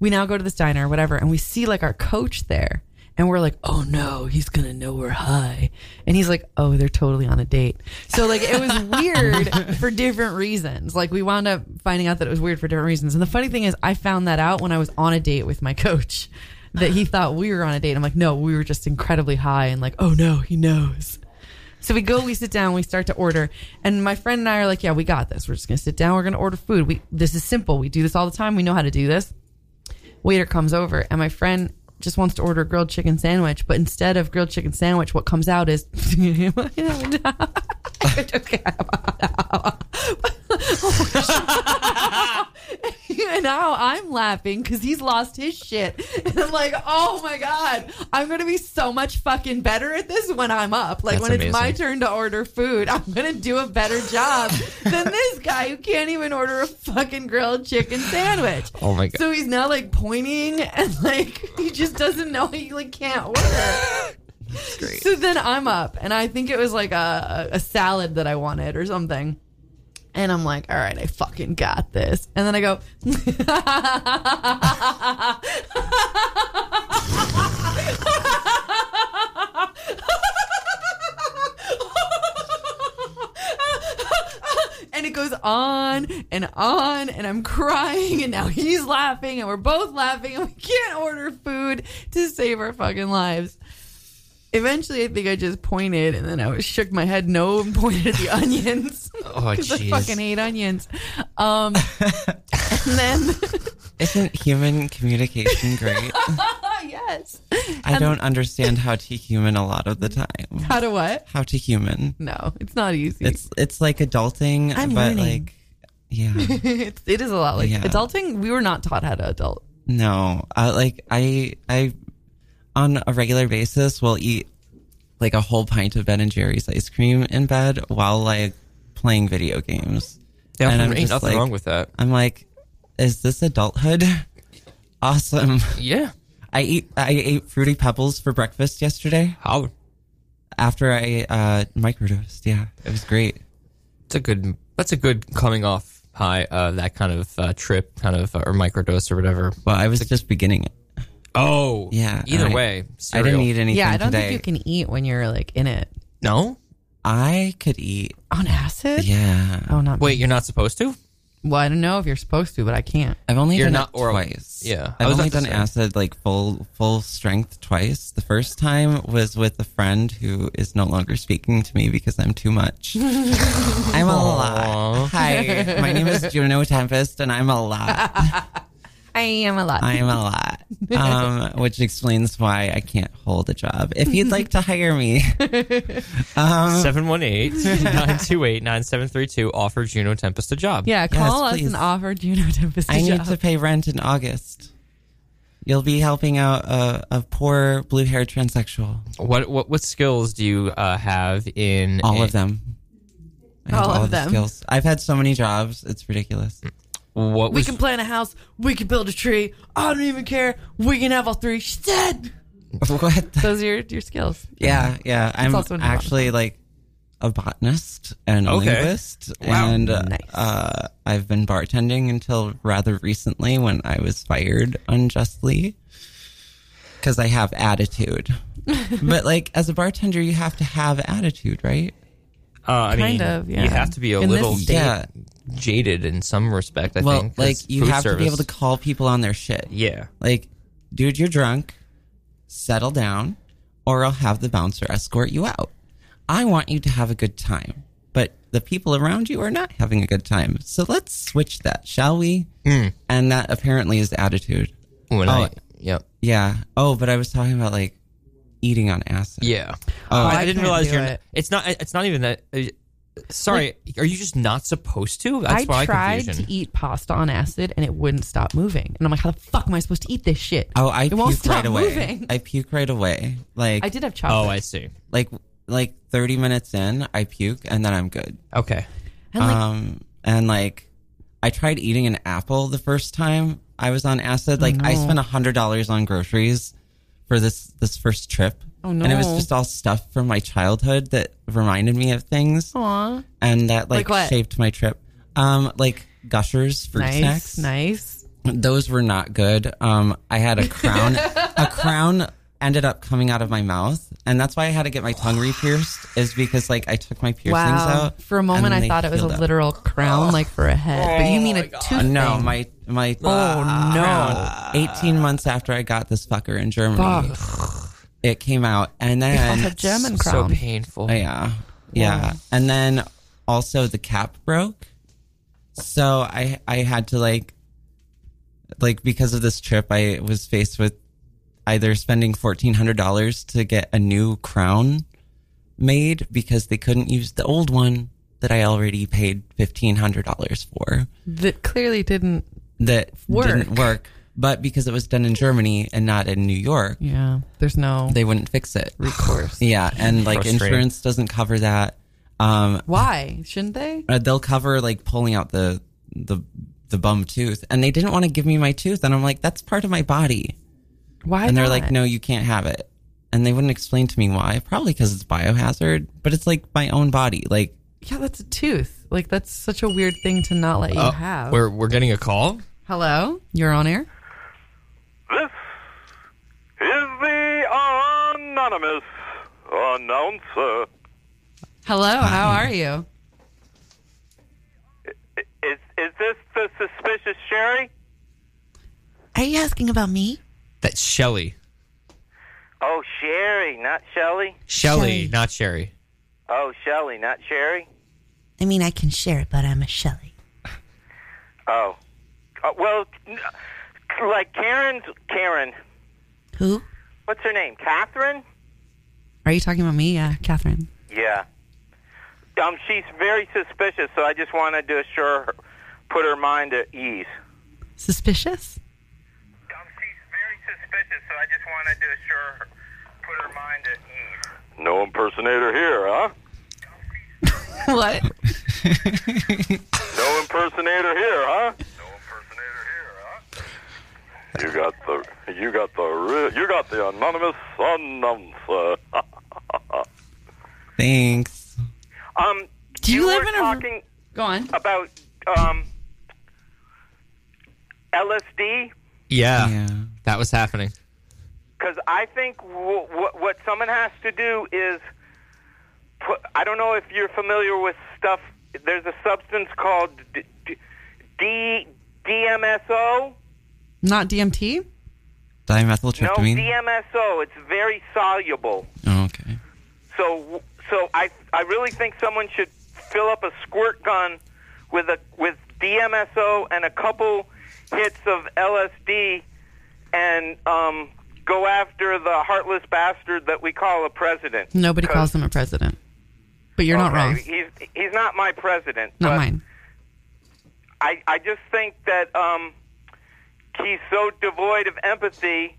Speaker 5: we now go to this diner or whatever and we see like our coach there and we're like oh no he's gonna know we're high and he's like oh they're totally on a date so like it was weird for different reasons like we wound up finding out that it was weird for different reasons and the funny thing is i found that out when i was on a date with my coach that he thought we were on a date i'm like no we were just incredibly high and like oh no he knows so we go, we sit down, we start to order, and my friend and I are like, "Yeah, we got this. We're just gonna sit down. We're gonna order food. We this is simple. We do this all the time. We know how to do this." Waiter comes over, and my friend just wants to order a grilled chicken sandwich, but instead of grilled chicken sandwich, what comes out is and now I'm laughing because he's lost his shit. And I'm like, oh my God, I'm going to be so much fucking better at this when I'm up. Like,
Speaker 2: That's
Speaker 5: when it's my
Speaker 2: amazing.
Speaker 5: turn to order food, I'm going to do a better job than this guy who can't even order a fucking grilled chicken sandwich.
Speaker 2: Oh my God.
Speaker 5: So he's now like pointing and like, he just doesn't know he like can't order. So then I'm up, and I think it was like a, a salad that I wanted or something. And I'm like, all right, I fucking got this. And then I go, and it goes on and on, and I'm crying, and now he's laughing, and we're both laughing, and we can't order food to save our fucking lives. Eventually, I think I just pointed, and then I was- shook my head no and pointed at the onions.
Speaker 2: Oh,
Speaker 5: 'Cause I
Speaker 2: jeez.
Speaker 5: fucking hate onions. Um, and then,
Speaker 4: Isn't human communication great?
Speaker 5: oh, yeah, yes.
Speaker 3: Um,
Speaker 4: I don't understand how to human a lot of the time.
Speaker 5: How to what?
Speaker 4: How to human.
Speaker 5: No, it's not easy. It's
Speaker 4: It's it's like adulting,
Speaker 3: I'm
Speaker 4: but
Speaker 3: learning.
Speaker 4: like, yeah,
Speaker 5: it's it is a lot like
Speaker 4: Yeah.
Speaker 5: adulting. We were not taught how to adult.
Speaker 4: no. I like I I on a regular basis will eat like a whole pint of Ben and Jerry's ice cream in bed while like playing video games.
Speaker 2: Yeah,
Speaker 4: And
Speaker 2: there
Speaker 4: I'm
Speaker 2: ain't
Speaker 4: just
Speaker 2: nothing
Speaker 4: like-
Speaker 2: wrong with that.
Speaker 4: I'm like, is this adulthood? Awesome.
Speaker 2: Yeah.
Speaker 4: I eat I ate fruity pebbles for breakfast yesterday
Speaker 2: Holler.
Speaker 4: after I uh microdosed. Yeah, it was great.
Speaker 2: It's a good. That's a good coming off high. Uh, that kind of uh, trip, kind of uh, or microdose or whatever.
Speaker 4: Well, I was just beginning it.
Speaker 2: Oh,
Speaker 4: Yeah,
Speaker 2: Either
Speaker 4: I-
Speaker 2: way,
Speaker 4: I
Speaker 2: cereal.
Speaker 4: didn't eat anything
Speaker 5: Yeah, I don't
Speaker 4: today.
Speaker 5: think you can eat when you're like in it
Speaker 2: No.
Speaker 4: I could eat.
Speaker 5: on acid.
Speaker 4: Yeah,
Speaker 5: Oh, not
Speaker 2: Wait, you're not supposed to.
Speaker 5: Well, I don't know if you're supposed to, but I can't.
Speaker 4: I've only
Speaker 2: You're
Speaker 4: done
Speaker 2: not
Speaker 4: it
Speaker 2: oral-
Speaker 4: twice.
Speaker 2: yeah, I
Speaker 4: I've
Speaker 2: was
Speaker 4: only
Speaker 2: about
Speaker 4: done
Speaker 2: to
Speaker 4: acid like full full strength twice. The first time was with a friend who is no longer speaking to me because I'm too much. I'm a lot. Hi, my name is Juno Tempest, and I'm a lot.
Speaker 5: I am a lot.
Speaker 4: I am a lot, um, which explains why I can't hold a job. If you'd like to hire me,
Speaker 2: 718-928-9732 offer Juno Tempest a job.
Speaker 5: yeah, call us
Speaker 4: please.
Speaker 5: and offer Juno Tempest. a
Speaker 4: I need
Speaker 5: job.
Speaker 4: to pay rent in August. You'll be helping out a, a poor blue-haired transsexual.
Speaker 2: What what what skills do you uh, have in
Speaker 4: All of them. I have
Speaker 5: All of
Speaker 4: the
Speaker 5: them.
Speaker 4: Skills. I've had so many jobs. It's ridiculous.
Speaker 2: What
Speaker 5: We
Speaker 2: was
Speaker 5: can plant a house. We can build a tree. I don't even care. We can have all three. She said.
Speaker 4: what? the-
Speaker 5: Those are your, your skills.
Speaker 4: yeah, yeah. I'm
Speaker 5: also an
Speaker 4: actually like a botanist and a
Speaker 2: Okay.
Speaker 4: linguist,
Speaker 2: Wow.
Speaker 4: and uh,
Speaker 5: Nice.
Speaker 4: uh, I've been bartending until rather recently when I was fired unjustly because I have attitude. but like, as a bartender, you have to have attitude, right?
Speaker 2: uh, I
Speaker 5: Kind
Speaker 2: mean,
Speaker 5: of, yeah.
Speaker 2: You have to be a
Speaker 5: In this
Speaker 2: little
Speaker 5: state.
Speaker 4: Yeah.
Speaker 2: jaded in some respect. I
Speaker 4: well,
Speaker 2: think 'cause
Speaker 4: like you
Speaker 2: food
Speaker 4: have to
Speaker 2: service-
Speaker 4: be able to call people on their shit.
Speaker 2: Yeah.
Speaker 4: Like, dude, you're drunk. Settle down, or I'll have the bouncer escort you out. I want you to have a good time, but the people around you are not having a good time. So let's switch that, shall we? And that apparently is attitude.
Speaker 2: When I
Speaker 4: Oh.
Speaker 2: yep.
Speaker 4: Yeah. Oh, but I was talking about like eating on acid.
Speaker 2: Yeah.
Speaker 4: Oh,
Speaker 2: Uh, I,
Speaker 5: I
Speaker 2: didn't
Speaker 5: can't
Speaker 2: realize
Speaker 5: do
Speaker 2: you're.
Speaker 5: it.
Speaker 2: Not, it's not. It's not even that. Uh, sorry, are you just not supposed to? That's
Speaker 5: I
Speaker 2: my
Speaker 5: tried
Speaker 2: confusion.
Speaker 5: to eat pasta on acid and it wouldn't stop moving. And I'm like, how the fuck am I supposed to eat this shit?
Speaker 4: Oh, I
Speaker 5: it
Speaker 4: puke
Speaker 5: won't stop
Speaker 4: right away.
Speaker 5: moving. I,
Speaker 4: I puke right away. Like
Speaker 5: did have chocolate.
Speaker 2: oh, I see.
Speaker 4: like like 30 minutes in, I puke and then I'm good.
Speaker 2: Okay.
Speaker 5: and like,
Speaker 4: um, and like I tried eating an apple the first time I was on acid. Like I spent a hundred dollars on groceries for this this first trip,
Speaker 5: Oh,
Speaker 4: and it was
Speaker 5: no.
Speaker 4: just all stuff from my childhood that reminded me of things,
Speaker 5: aw,
Speaker 4: and that
Speaker 5: Oh. Like
Speaker 4: like,
Speaker 5: what?
Speaker 4: shaped my trip. Um, like gushers, fruit
Speaker 5: nice,
Speaker 4: snacks.
Speaker 5: nice.
Speaker 4: Those were not good. Um, I had a crown. a crown ended up coming out of my mouth, and that's why I had to get my tongue re-pierced. Is because like I took my piercings
Speaker 5: Wow.
Speaker 4: out
Speaker 5: For a moment,
Speaker 4: and
Speaker 5: I
Speaker 4: they
Speaker 5: thought it was a
Speaker 4: healed up.
Speaker 5: literal crown, like for a head. But you mean a tooth?
Speaker 4: Uh, No,
Speaker 5: thing.
Speaker 4: my my.
Speaker 5: Oh,
Speaker 2: Ah,
Speaker 4: no! Eighteen months after I got this fucker in Germany, it came out, and
Speaker 5: That's a
Speaker 4: then Oh,
Speaker 5: German
Speaker 2: So
Speaker 5: crown.
Speaker 2: painful.
Speaker 4: yeah, yeah, and then also the cap broke, so I I had to like, like because of this trip, I was faced with either spending fourteen hundred dollars to get a new crown made because they couldn't use the old one that I already paid fifteen hundred dollars for
Speaker 5: that clearly didn't.
Speaker 4: that
Speaker 5: Work.
Speaker 4: didn't work, but because it was done in Germany and not in New York,
Speaker 5: Yeah, there's no
Speaker 4: they wouldn't fix it.
Speaker 5: recourse.
Speaker 4: Yeah, and like
Speaker 2: Frustrating.
Speaker 4: insurance doesn't cover that. Um,
Speaker 5: Why shouldn't they?
Speaker 4: uh, they'll cover like pulling out the the the bum tooth, and they didn't want to give me my tooth, and I'm like, that's part of my body,
Speaker 5: Why?
Speaker 4: and they're
Speaker 5: not?
Speaker 4: like, no, you can't have it, and they wouldn't explain to me why. Probably because it's biohazard, but it's like my own body, like.
Speaker 5: Yeah, that's a tooth. Like that's such a weird thing to not let you
Speaker 2: Oh,
Speaker 5: have.
Speaker 2: We're we're getting a call.
Speaker 5: Hello, you're on air.
Speaker 6: This is the anonymous announcer.
Speaker 5: Hello, how are you?
Speaker 6: Is is this the suspicious Sherry?
Speaker 3: Are you asking about me?
Speaker 2: That's Shelly.
Speaker 6: Oh, Sherry, not Shelly.
Speaker 2: Shelly,
Speaker 3: Shelley.
Speaker 2: not Sherry.
Speaker 6: Oh, Shelly, not Sherry.
Speaker 3: I mean, I can share it, but I'm a Shelley.
Speaker 6: Oh, Uh, well, n- like Karen's Karen.
Speaker 3: Who?
Speaker 6: What's her name? Catherine?
Speaker 5: Are you talking about me? Yeah, Catherine.
Speaker 6: Yeah. Um, she's very suspicious, so I just wanted to assure her, put her mind at ease.
Speaker 5: Suspicious?
Speaker 6: Um, she's very suspicious, so I just wanted to assure her, put her mind at ease. No impersonator here, huh?
Speaker 5: what?
Speaker 6: No impersonator here, huh? No impersonator here, huh? You got the, you got the, re- you got the anonymous announcer.
Speaker 4: Thanks.
Speaker 6: um,
Speaker 5: Do you live
Speaker 6: were
Speaker 5: in a-
Speaker 6: talking
Speaker 5: Go on.
Speaker 6: about um, LSD Uh,
Speaker 2: Yeah,
Speaker 4: Yeah.
Speaker 2: that was happening.
Speaker 6: because I think w- w- what someone has to do is put. I don't know if you're familiar with stuff. There's a substance called D- D- D- DMSO.
Speaker 5: Not DMT?
Speaker 6: No,
Speaker 4: Dimethyltryptamine.
Speaker 6: DMSO. It's very soluble.
Speaker 4: oh, okay.
Speaker 6: So, so I, I really think someone should fill up a squirt gun with a with DMSO and a couple hits of LSD, and um, go after the heartless bastard that we call a president.
Speaker 5: Nobody
Speaker 6: Because-
Speaker 5: calls him a president. But you're not
Speaker 6: okay,
Speaker 5: wrong.
Speaker 6: He's he's not my president.
Speaker 5: Not
Speaker 6: but
Speaker 5: mine.
Speaker 6: I I just think that um, he's so devoid of empathy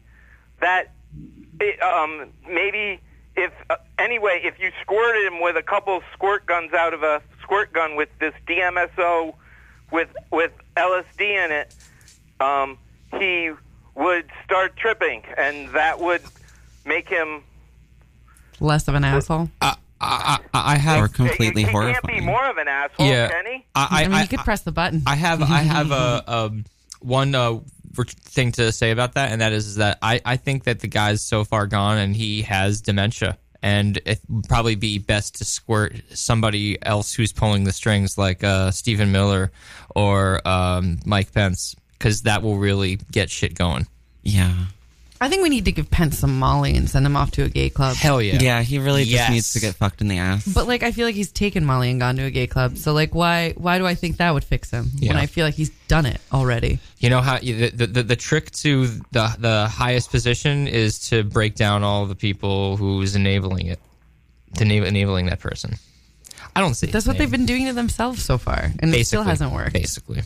Speaker 6: that it, um, maybe if uh, anyway if you squirted him with a couple squirt guns out of a squirt gun with this DMSO with with LSD in it, um, he would start tripping, and that would make him
Speaker 5: Less of an asshole.
Speaker 2: I, I, I
Speaker 4: Or
Speaker 2: have.
Speaker 4: completely
Speaker 6: he, he
Speaker 4: horrifying.
Speaker 6: can't be more of an asshole,
Speaker 2: Yeah,
Speaker 6: can he?
Speaker 5: I,
Speaker 2: I,
Speaker 5: mean,
Speaker 2: I,
Speaker 5: you could
Speaker 2: I-
Speaker 5: press the button.
Speaker 2: I have I have a um, one uh, re- thing to say about that, and that is that I, I think that the guy's so far gone and he has dementia, and it would probably be best to squirt somebody else who's pulling the strings, like uh, Stephen Miller or um, Mike Pence, because that will really get shit going.
Speaker 4: Yeah.
Speaker 5: I think we need to give Pence some Molly and send him off to a gay club.
Speaker 2: Hell yeah,
Speaker 4: yeah. he really
Speaker 2: Yes.
Speaker 4: just needs to get fucked in the ass.
Speaker 5: But like, I feel like he's taken Molly and gone to a gay club. So like, why why do I think that would fix him when
Speaker 2: Yeah.
Speaker 5: I feel like he's done it already?
Speaker 2: You know how you, the, the the trick to the the highest position is to break down all the people who's enabling it, to enab- enabling that person. I don't see.
Speaker 5: That's what they've been doing to themselves so far, and it still hasn't worked.
Speaker 2: Basically,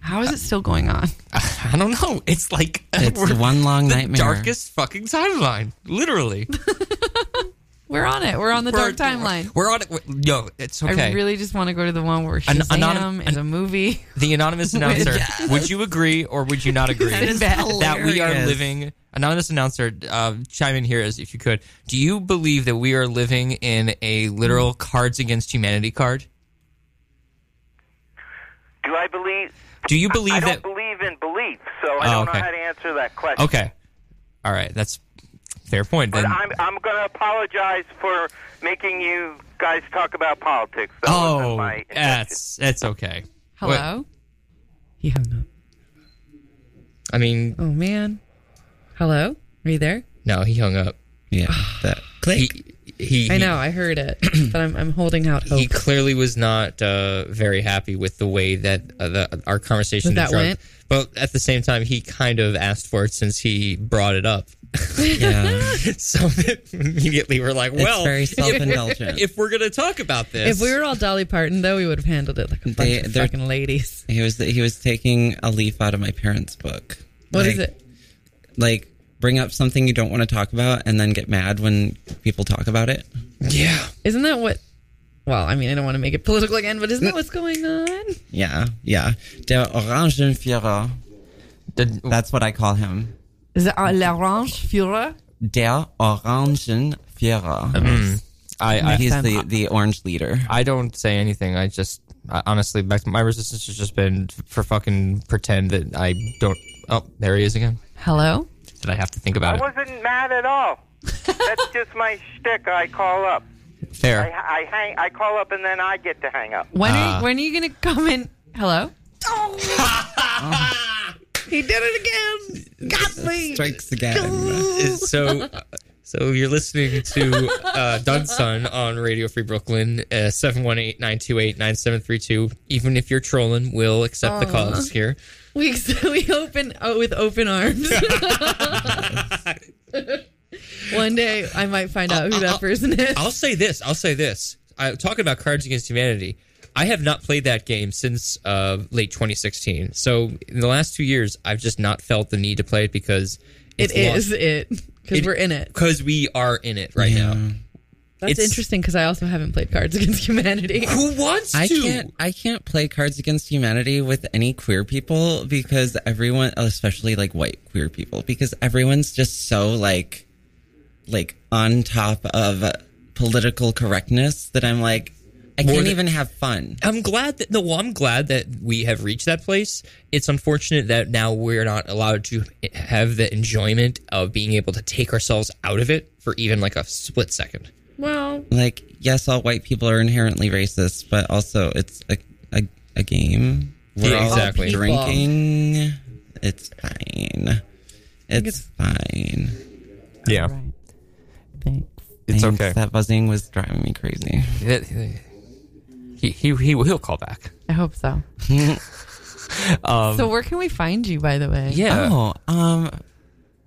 Speaker 5: How is it still going on?
Speaker 2: I don't know. It's like
Speaker 4: It's
Speaker 2: we're-
Speaker 4: one long
Speaker 2: the
Speaker 4: nightmare.
Speaker 2: darkest fucking timeline. Literally,
Speaker 5: We're on it. We're on the
Speaker 2: We're-
Speaker 5: dark timeline.
Speaker 2: We're on it. We're- Yo, it's okay.
Speaker 5: I really just want to go to the one where
Speaker 2: An-
Speaker 5: Shazam
Speaker 2: anonym-
Speaker 5: is a movie.
Speaker 2: the anonymous announcer. Would you agree or would you not agree
Speaker 5: is
Speaker 2: that we are
Speaker 4: hilarious.
Speaker 2: living? Anonymous announcer, uh, chime in here as if you could. Do you believe that we are living in a literal Cards Against Humanity card?
Speaker 6: Do I believe?
Speaker 2: Do you believe
Speaker 6: I
Speaker 2: that?
Speaker 6: don't believe in belief, so I
Speaker 2: Oh,
Speaker 6: don't
Speaker 2: okay.
Speaker 6: know how to answer that question.
Speaker 2: okay, all right, that's fair point.
Speaker 6: But
Speaker 2: Then
Speaker 6: I'm I'm going to apologize for making you guys talk about politics. That wasn't
Speaker 2: oh,
Speaker 6: my intention.
Speaker 2: that's that's okay.
Speaker 5: Hello.
Speaker 2: What-
Speaker 5: He hung up.
Speaker 2: I mean,
Speaker 5: Oh man. Hello. Are you there?
Speaker 2: no, he hung up.
Speaker 4: Yeah. That.
Speaker 2: He, he,
Speaker 5: I know. I heard it, but I'm I'm holding out
Speaker 2: He
Speaker 5: hope.
Speaker 2: clearly was not uh, very happy with the way that uh, the, our conversation
Speaker 5: That
Speaker 2: developed.
Speaker 5: went?
Speaker 2: But at the same time, he kind of asked for it since he brought it up.
Speaker 4: Yeah.
Speaker 2: so immediately we're like,
Speaker 4: it's
Speaker 2: well,
Speaker 4: very
Speaker 2: if-
Speaker 4: self-indulgent.
Speaker 2: if we're going to talk about this,
Speaker 5: If we were all Dolly Parton, though, we would have handled it like a bunch
Speaker 4: They-
Speaker 5: of
Speaker 4: they're-
Speaker 5: fucking ladies.
Speaker 4: he was he was taking a leaf out of my parents' book.
Speaker 5: What
Speaker 4: like,
Speaker 5: is it?
Speaker 4: Like bring up something you don't want to talk about and then get mad when people talk about it.
Speaker 2: yeah,
Speaker 5: Isn't that what? Well, I mean, I don't want to make it political again, but isn't that what's going on?
Speaker 4: Yeah. Yeah. Der Orangenführer.
Speaker 2: Did-
Speaker 4: That's what I call him.
Speaker 5: Is it uh, l'orange Führer?
Speaker 4: Der Orangenführer.
Speaker 2: I, I,
Speaker 4: He's the, the orange leader.
Speaker 2: I don't say anything. I just I, honestly, back to, my resistance has just been for fucking pretend that I don't. Oh, there he is again.
Speaker 5: Hello.
Speaker 2: Did I have to think
Speaker 6: I
Speaker 2: about
Speaker 6: wasn't mad at all. That's just my shtick. I call up.
Speaker 2: it? Fair.
Speaker 6: I, I hang. I call up, and then I get to hang up.
Speaker 5: When are you, when are you gonna come in? Hello. Oh! he did it again.
Speaker 4: Strikes again.
Speaker 2: is- so so you're listening to uh, Dunsun on Radio Free Brooklyn, uh, 718-928-9732. Even if you're trolling, we'll accept the calls here.
Speaker 5: We we open oh, with open arms. day I might find out who that person is.
Speaker 2: I'll say this. I'll say this. I, talking about Cards Against Humanity, I have not played that game since uh, late 2016. So in the last two years, I've just not felt the need to play it because
Speaker 5: It
Speaker 2: it's
Speaker 5: is it because we're in it.
Speaker 2: Because we are in it right now.
Speaker 5: That's
Speaker 2: It's-
Speaker 5: interesting because I also haven't played Cards Against Humanity.
Speaker 2: Who wants
Speaker 4: I
Speaker 2: to?
Speaker 4: can't. I can't play Cards Against Humanity with any queer people because everyone, especially like white queer people, because everyone's just so like, like on top of political correctness that I'm like, I
Speaker 2: More
Speaker 4: can't
Speaker 2: than-
Speaker 4: even have fun.
Speaker 2: I'm glad that no, well, I'm glad that we have reached that place. It's unfortunate that now we're not allowed to have the enjoyment of being able to take ourselves out of it for even like a split second.
Speaker 5: well,
Speaker 4: Like, yes, all white people are inherently racist, but also it's a a, a game. We're
Speaker 2: Yeah,
Speaker 4: all
Speaker 2: exactly.
Speaker 5: People.
Speaker 4: drinking. It's fine. It's fine.
Speaker 2: Yeah.
Speaker 5: right. Thanks.
Speaker 7: It's
Speaker 4: Thanks,
Speaker 7: okay.
Speaker 4: That buzzing was driving me crazy.
Speaker 2: he, he, he will call back.
Speaker 5: I hope so.
Speaker 4: Um,
Speaker 5: so where can we find you, by the way?
Speaker 2: Yeah.
Speaker 4: Oh, um,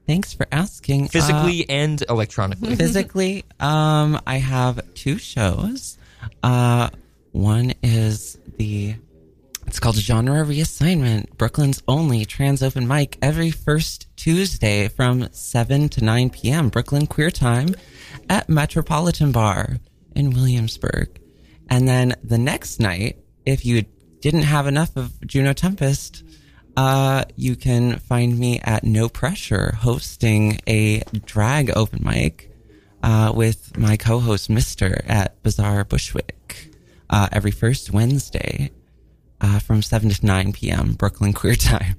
Speaker 4: thanks for asking.
Speaker 2: Physically and electronically.
Speaker 4: Uh, physically, um, I have two shows. Uh, one is the it's called Genre Reassignment, Brooklyn's only trans open mic every first Tuesday from 7 to 9 p.m. Brooklyn Queer Time at Metropolitan Bar in Williamsburg. And then the next night, if you didn't have enough of Juno Tempest, uh, you can find me at No Pressure hosting a drag open mic uh, with my co-host Mister at Bazaar Bushwick uh, every first Wednesday uh, from seven to nine p.m. Brooklyn Queer Time.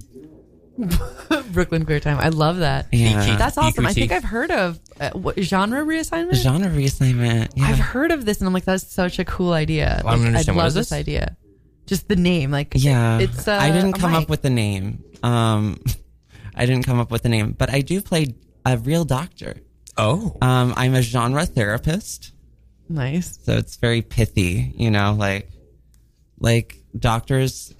Speaker 5: Brooklyn Queer Time. I love that.
Speaker 4: Yeah.
Speaker 5: That's awesome. I think
Speaker 2: EQT.
Speaker 5: I've heard of uh, what, genre reassignment.
Speaker 4: Genre reassignment. Yeah.
Speaker 5: I've heard of this, and I'm like, that's such a cool idea.
Speaker 2: I don't
Speaker 5: Like,
Speaker 2: understand.
Speaker 5: I
Speaker 2: What
Speaker 5: love
Speaker 2: is
Speaker 5: this
Speaker 2: this?
Speaker 5: idea. Just the name, like
Speaker 4: Yeah.
Speaker 5: It's uh,
Speaker 4: I didn't
Speaker 5: a
Speaker 4: come up
Speaker 5: mic.
Speaker 4: with the name. Um, I didn't come up with the name, but I do play a real doctor.
Speaker 2: Oh.
Speaker 4: Um, I'm a genre therapist.
Speaker 5: nice.
Speaker 4: So it's very pithy, you know, like like doctors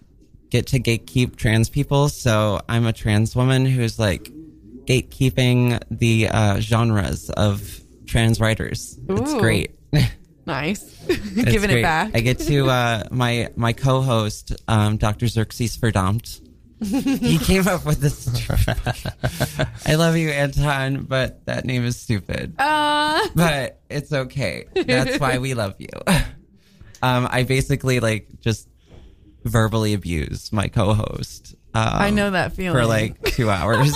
Speaker 4: get to gatekeep trans people. So I'm a trans woman who's like gatekeeping the uh, genres of trans writers. It's
Speaker 5: Ooh.
Speaker 4: great.
Speaker 5: Nice. Giving
Speaker 4: great.
Speaker 5: it back.
Speaker 4: I get to uh, my my co-host, um, Dr. Xerxes Verdompt. he came up with this. I love you, Anton, but that name is stupid
Speaker 5: uh,
Speaker 4: but it's okay. That's why we love you. Um, I basically like just verbally abuse my co-host. Um,
Speaker 5: I know that feeling.
Speaker 4: for like two hours.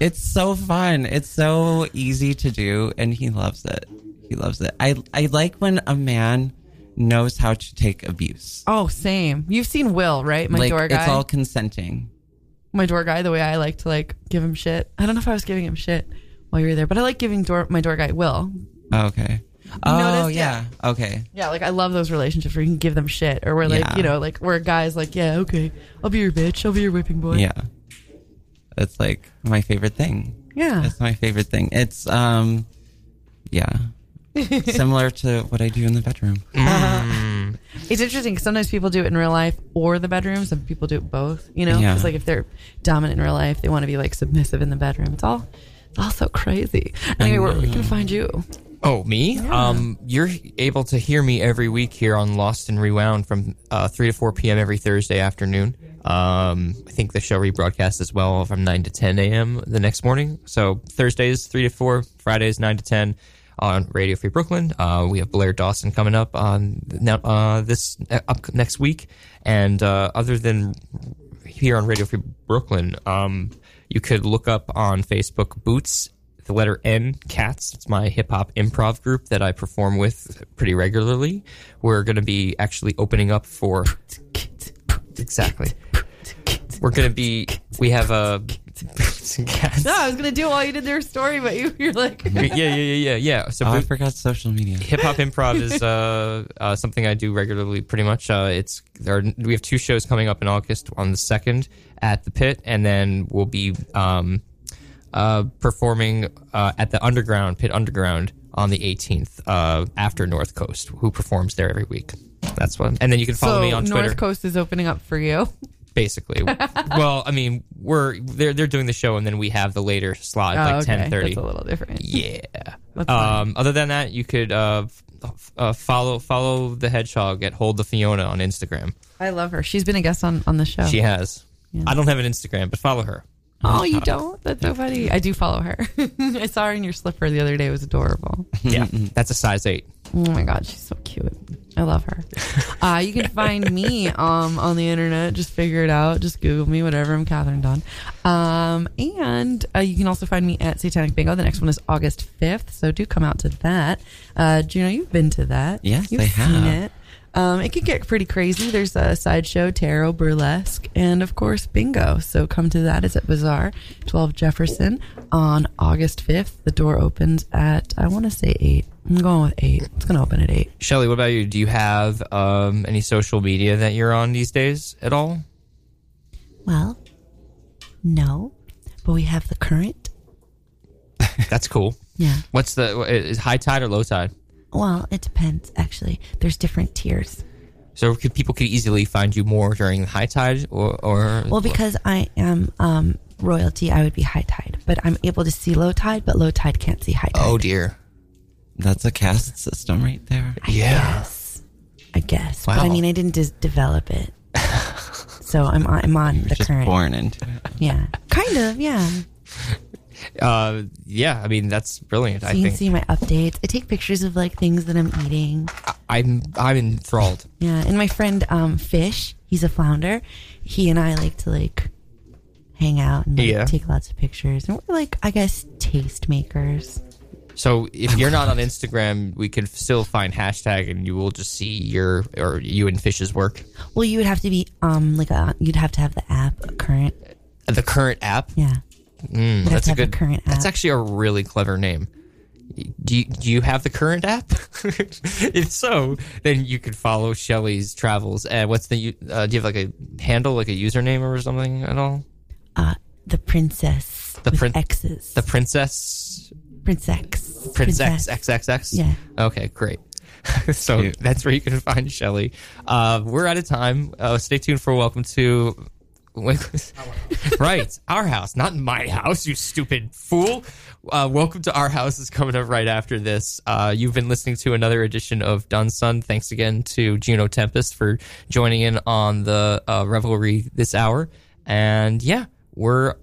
Speaker 4: it's so fun. It's so easy to do, and he loves it. He loves it. I I like when a man knows how to take abuse.
Speaker 5: oh, same. You've seen Will, right? My
Speaker 4: like
Speaker 5: door guy.
Speaker 4: it's all consenting.
Speaker 5: my door guy. The way I like to like give him shit. I don't know if I was giving him shit while you were there, but I like giving door my door guy Will.
Speaker 4: Okay. Oh
Speaker 5: noticed it?
Speaker 4: yeah. Okay.
Speaker 5: Yeah, like I love those relationships where you can give them shit, or where like
Speaker 4: Yeah.
Speaker 5: you know, like where a guy's like, yeah, okay, I'll be your bitch, I'll be your whipping boy.
Speaker 4: Yeah. That's like my favorite thing.
Speaker 5: yeah.
Speaker 4: That's my favorite thing. It's um, yeah, similar to what I do in the bedroom. Oh,
Speaker 5: It's interesting 'cause sometimes people do it in real life or the bedroom. Some people do it both. You know,
Speaker 4: Yeah.
Speaker 5: it's like if they're dominant in real life, they want to be like submissive in the bedroom. It's all, it's all so crazy. Anyway, where we can find you?
Speaker 2: Oh, me? Um, you're able to hear me every week here on Lost and Rewound from uh, 3 to 4 p.m. every Thursday afternoon. Um, I think the show rebroadcasts as well from 9 to 10 a.m. the next morning. So Thursdays, 3 to 4, Fridays, 9 to 10 on Radio Free Brooklyn. Uh, we have Blair Dawson coming up on now, uh, this uh, up next week. And uh, other than here on Radio Free Brooklyn, um, you could look up on Facebook Boots the letter N, Cats. It's my hip hop improv group that I perform with pretty regularly. We're going to be actually opening up for. Exactly. We're going to be. We have a. Cats.
Speaker 5: No, I was gonna do all you did their story, but you, you're like,
Speaker 2: Yeah, yeah, yeah, yeah, yeah. So
Speaker 4: Oh, I
Speaker 2: Boot-
Speaker 4: forgot social media.
Speaker 2: hip hop improv is uh, uh, something I do regularly, pretty much. Uh, it's there are, we have two shows coming up in August on the second at the Pit, and then we'll be um, uh, performing uh, at the Underground Pit Underground on the 18th uh, after North Coast, who performs there every week. That's what. And then you can follow
Speaker 5: so
Speaker 2: me on Twitter.
Speaker 5: North Coast is opening up for you.
Speaker 2: basically. well, I mean, we're they're they're doing the show, and then we have the later slot,
Speaker 7: Oh,
Speaker 2: like
Speaker 7: okay.
Speaker 2: ten thirty.
Speaker 7: That's a little different.
Speaker 2: Yeah.
Speaker 7: That's
Speaker 2: Um, other than that, you could uh, f- uh, follow follow the hedgehog at Hold the Fiona on Instagram.
Speaker 7: I love her. She's been a guest on on the show.
Speaker 2: She has. I don't have an Instagram, but follow her.
Speaker 7: oh, you don't? That's so funny. I do follow her. I saw her in your slipper the other day. It was adorable.
Speaker 2: Yeah, that's a size eight.
Speaker 7: Oh my god, she's so cute. I love her. Uh, you can find me um, on the internet. Just figure it out. Just Google me, whatever. I'm Catherine Dunn. Um, and uh, you can also find me at Satanic Bingo. The next one is August 5th, so do come out to that. Uh, Juno, you've been to that.
Speaker 4: Yes,
Speaker 7: you've
Speaker 4: I
Speaker 7: Seen
Speaker 4: have.
Speaker 7: it. Um, it can get pretty crazy. There's a sideshow, tarot, burlesque, and of course, bingo. So come to that. It's at Bazaar 12 Jefferson on August 5th. The door opens at, I want to say 8. I'm going with 8. It's going to open at 8.
Speaker 2: Shelly, what about you? Do you have um, any social media that you're on these days at all?
Speaker 5: Well, no, but we have the current.
Speaker 2: That's cool.
Speaker 5: Yeah.
Speaker 2: What's the is high tide or low tide?
Speaker 5: Well, it depends, actually. There's different tiers.
Speaker 2: So could, people could easily find you more during high tide or, or
Speaker 5: Well, because I am um, royalty, I would be high tide, but I'm able to see low tide, but low tide can't see high tide.
Speaker 2: oh dear,
Speaker 4: That's a caste system right there.
Speaker 2: yeah.
Speaker 5: Yes, I guess. But I
Speaker 2: Wow.
Speaker 5: mean, I didn't dis- develop it, so I'm on, I'm on the
Speaker 4: Just
Speaker 5: current.
Speaker 4: born into it.
Speaker 5: Yeah, kind of. Yeah, so
Speaker 2: Uh, yeah, I mean that's brilliant. I
Speaker 5: you
Speaker 2: think
Speaker 5: can see my updates. I take pictures of like things that I'm eating.
Speaker 2: I'm I'm enthralled.
Speaker 5: Yeah, and my friend um, Fish, he's a flounder. He and I like to like hang out and like,
Speaker 2: Yeah.
Speaker 5: take lots of pictures, and we're like, I guess, taste makers.
Speaker 2: So if you're not on Instagram, we could still find hashtag, and you will just see your or you and Fish's work.
Speaker 5: Well, you would have to be um like a, you'd have to have the app current.
Speaker 2: The current app.
Speaker 5: Yeah,
Speaker 2: Mm,
Speaker 5: have
Speaker 2: that's a
Speaker 5: to have a
Speaker 2: good.
Speaker 5: current
Speaker 2: That's
Speaker 5: app.
Speaker 2: actually a really clever name. Do you, do you have the current app? if so, then you could follow Shelly's travels. And what's the? u- Uh, do you have like a handle, like a username or something at all?
Speaker 5: uh, the princess.
Speaker 2: The
Speaker 5: with
Speaker 2: prin-
Speaker 5: X's.
Speaker 2: The princess,
Speaker 5: Prince X.
Speaker 2: Prince X X X X.
Speaker 5: Yeah.
Speaker 2: Okay, great. so
Speaker 4: Cute.
Speaker 2: that's where you can find Shelly. Uh, we're out of time. Uh, stay tuned for welcome to. right, our house, not my house, you stupid fool. Uh, welcome to our house is coming up right after this. Uh, you've been listening to another edition of Dunsun. Thanks again to Juno Tempest for joining in on the uh, revelry this hour. And yeah, we're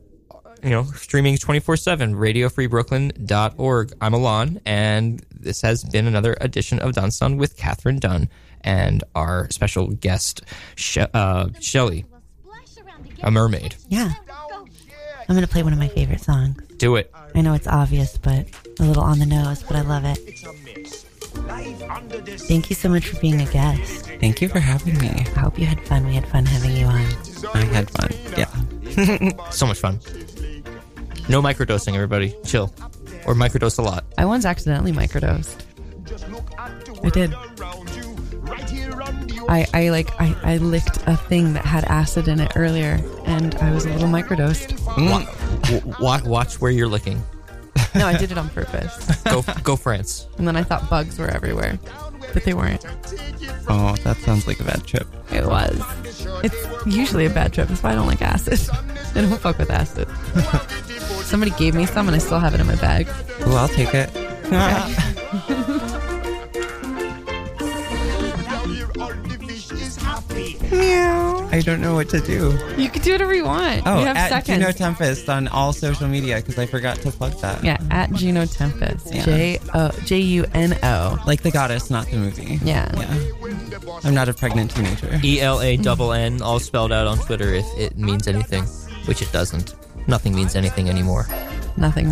Speaker 2: you know, streaming 24 7, radiofreebrooklyn.org. I'm Alon, and this has been another edition of Dunn Sun with Catherine Dunn and our special guest, she- uh, Shelly. A mermaid.
Speaker 5: Yeah. I'm going to play one of my favorite songs.
Speaker 2: Do it.
Speaker 5: I know it's obvious, but a little on the nose, but I love it. Thank you so much for being a guest.
Speaker 4: Thank you for having me.
Speaker 5: I hope you had fun. We had fun having you on.
Speaker 4: I had fun. Yeah.
Speaker 2: So much fun. No microdosing, everybody. Chill. Or microdose a lot.
Speaker 7: I once accidentally microdosed.
Speaker 8: I did.
Speaker 7: I, I like I, I licked a thing that had acid in it earlier and I was a little microdosed.
Speaker 2: Watch, watch where you're licking.
Speaker 7: No, I did it on purpose.
Speaker 2: Go, go France.
Speaker 7: And then I thought bugs were everywhere. But they weren't.
Speaker 4: Oh, that sounds like a bad trip.
Speaker 7: It was. It's usually a bad trip. That's why I don't like acid. I don't fuck with acid. Somebody gave me some and I still have it in my bag.
Speaker 4: Ooh, I'll take it. Meow. I don't know what to do.
Speaker 7: You can do whatever you want.
Speaker 4: Oh,
Speaker 7: you have
Speaker 4: at
Speaker 7: seconds.
Speaker 4: Gino Tempest on all social media because I forgot to plug that.
Speaker 7: yeah, at Juno Tempest.
Speaker 4: Yeah.
Speaker 7: J O J U N O.
Speaker 4: Like the goddess, not the movie.
Speaker 7: Yeah.
Speaker 4: Yeah. I'm not a pregnant teenager.
Speaker 2: E L A double N, all spelled out on Twitter if it means anything, which it doesn't. Nothing means anything anymore.
Speaker 7: Nothing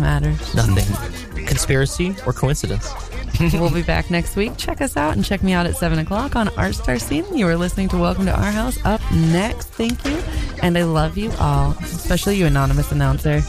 Speaker 7: matters.
Speaker 2: Nothing. Conspiracy or coincidence?
Speaker 7: we'll be back next week. Check us out and check me out at 7 o'clock on Art Star Scene. You are listening to Welcome to Our House. Up next, thank you. And I love you all, especially you, anonymous announcer.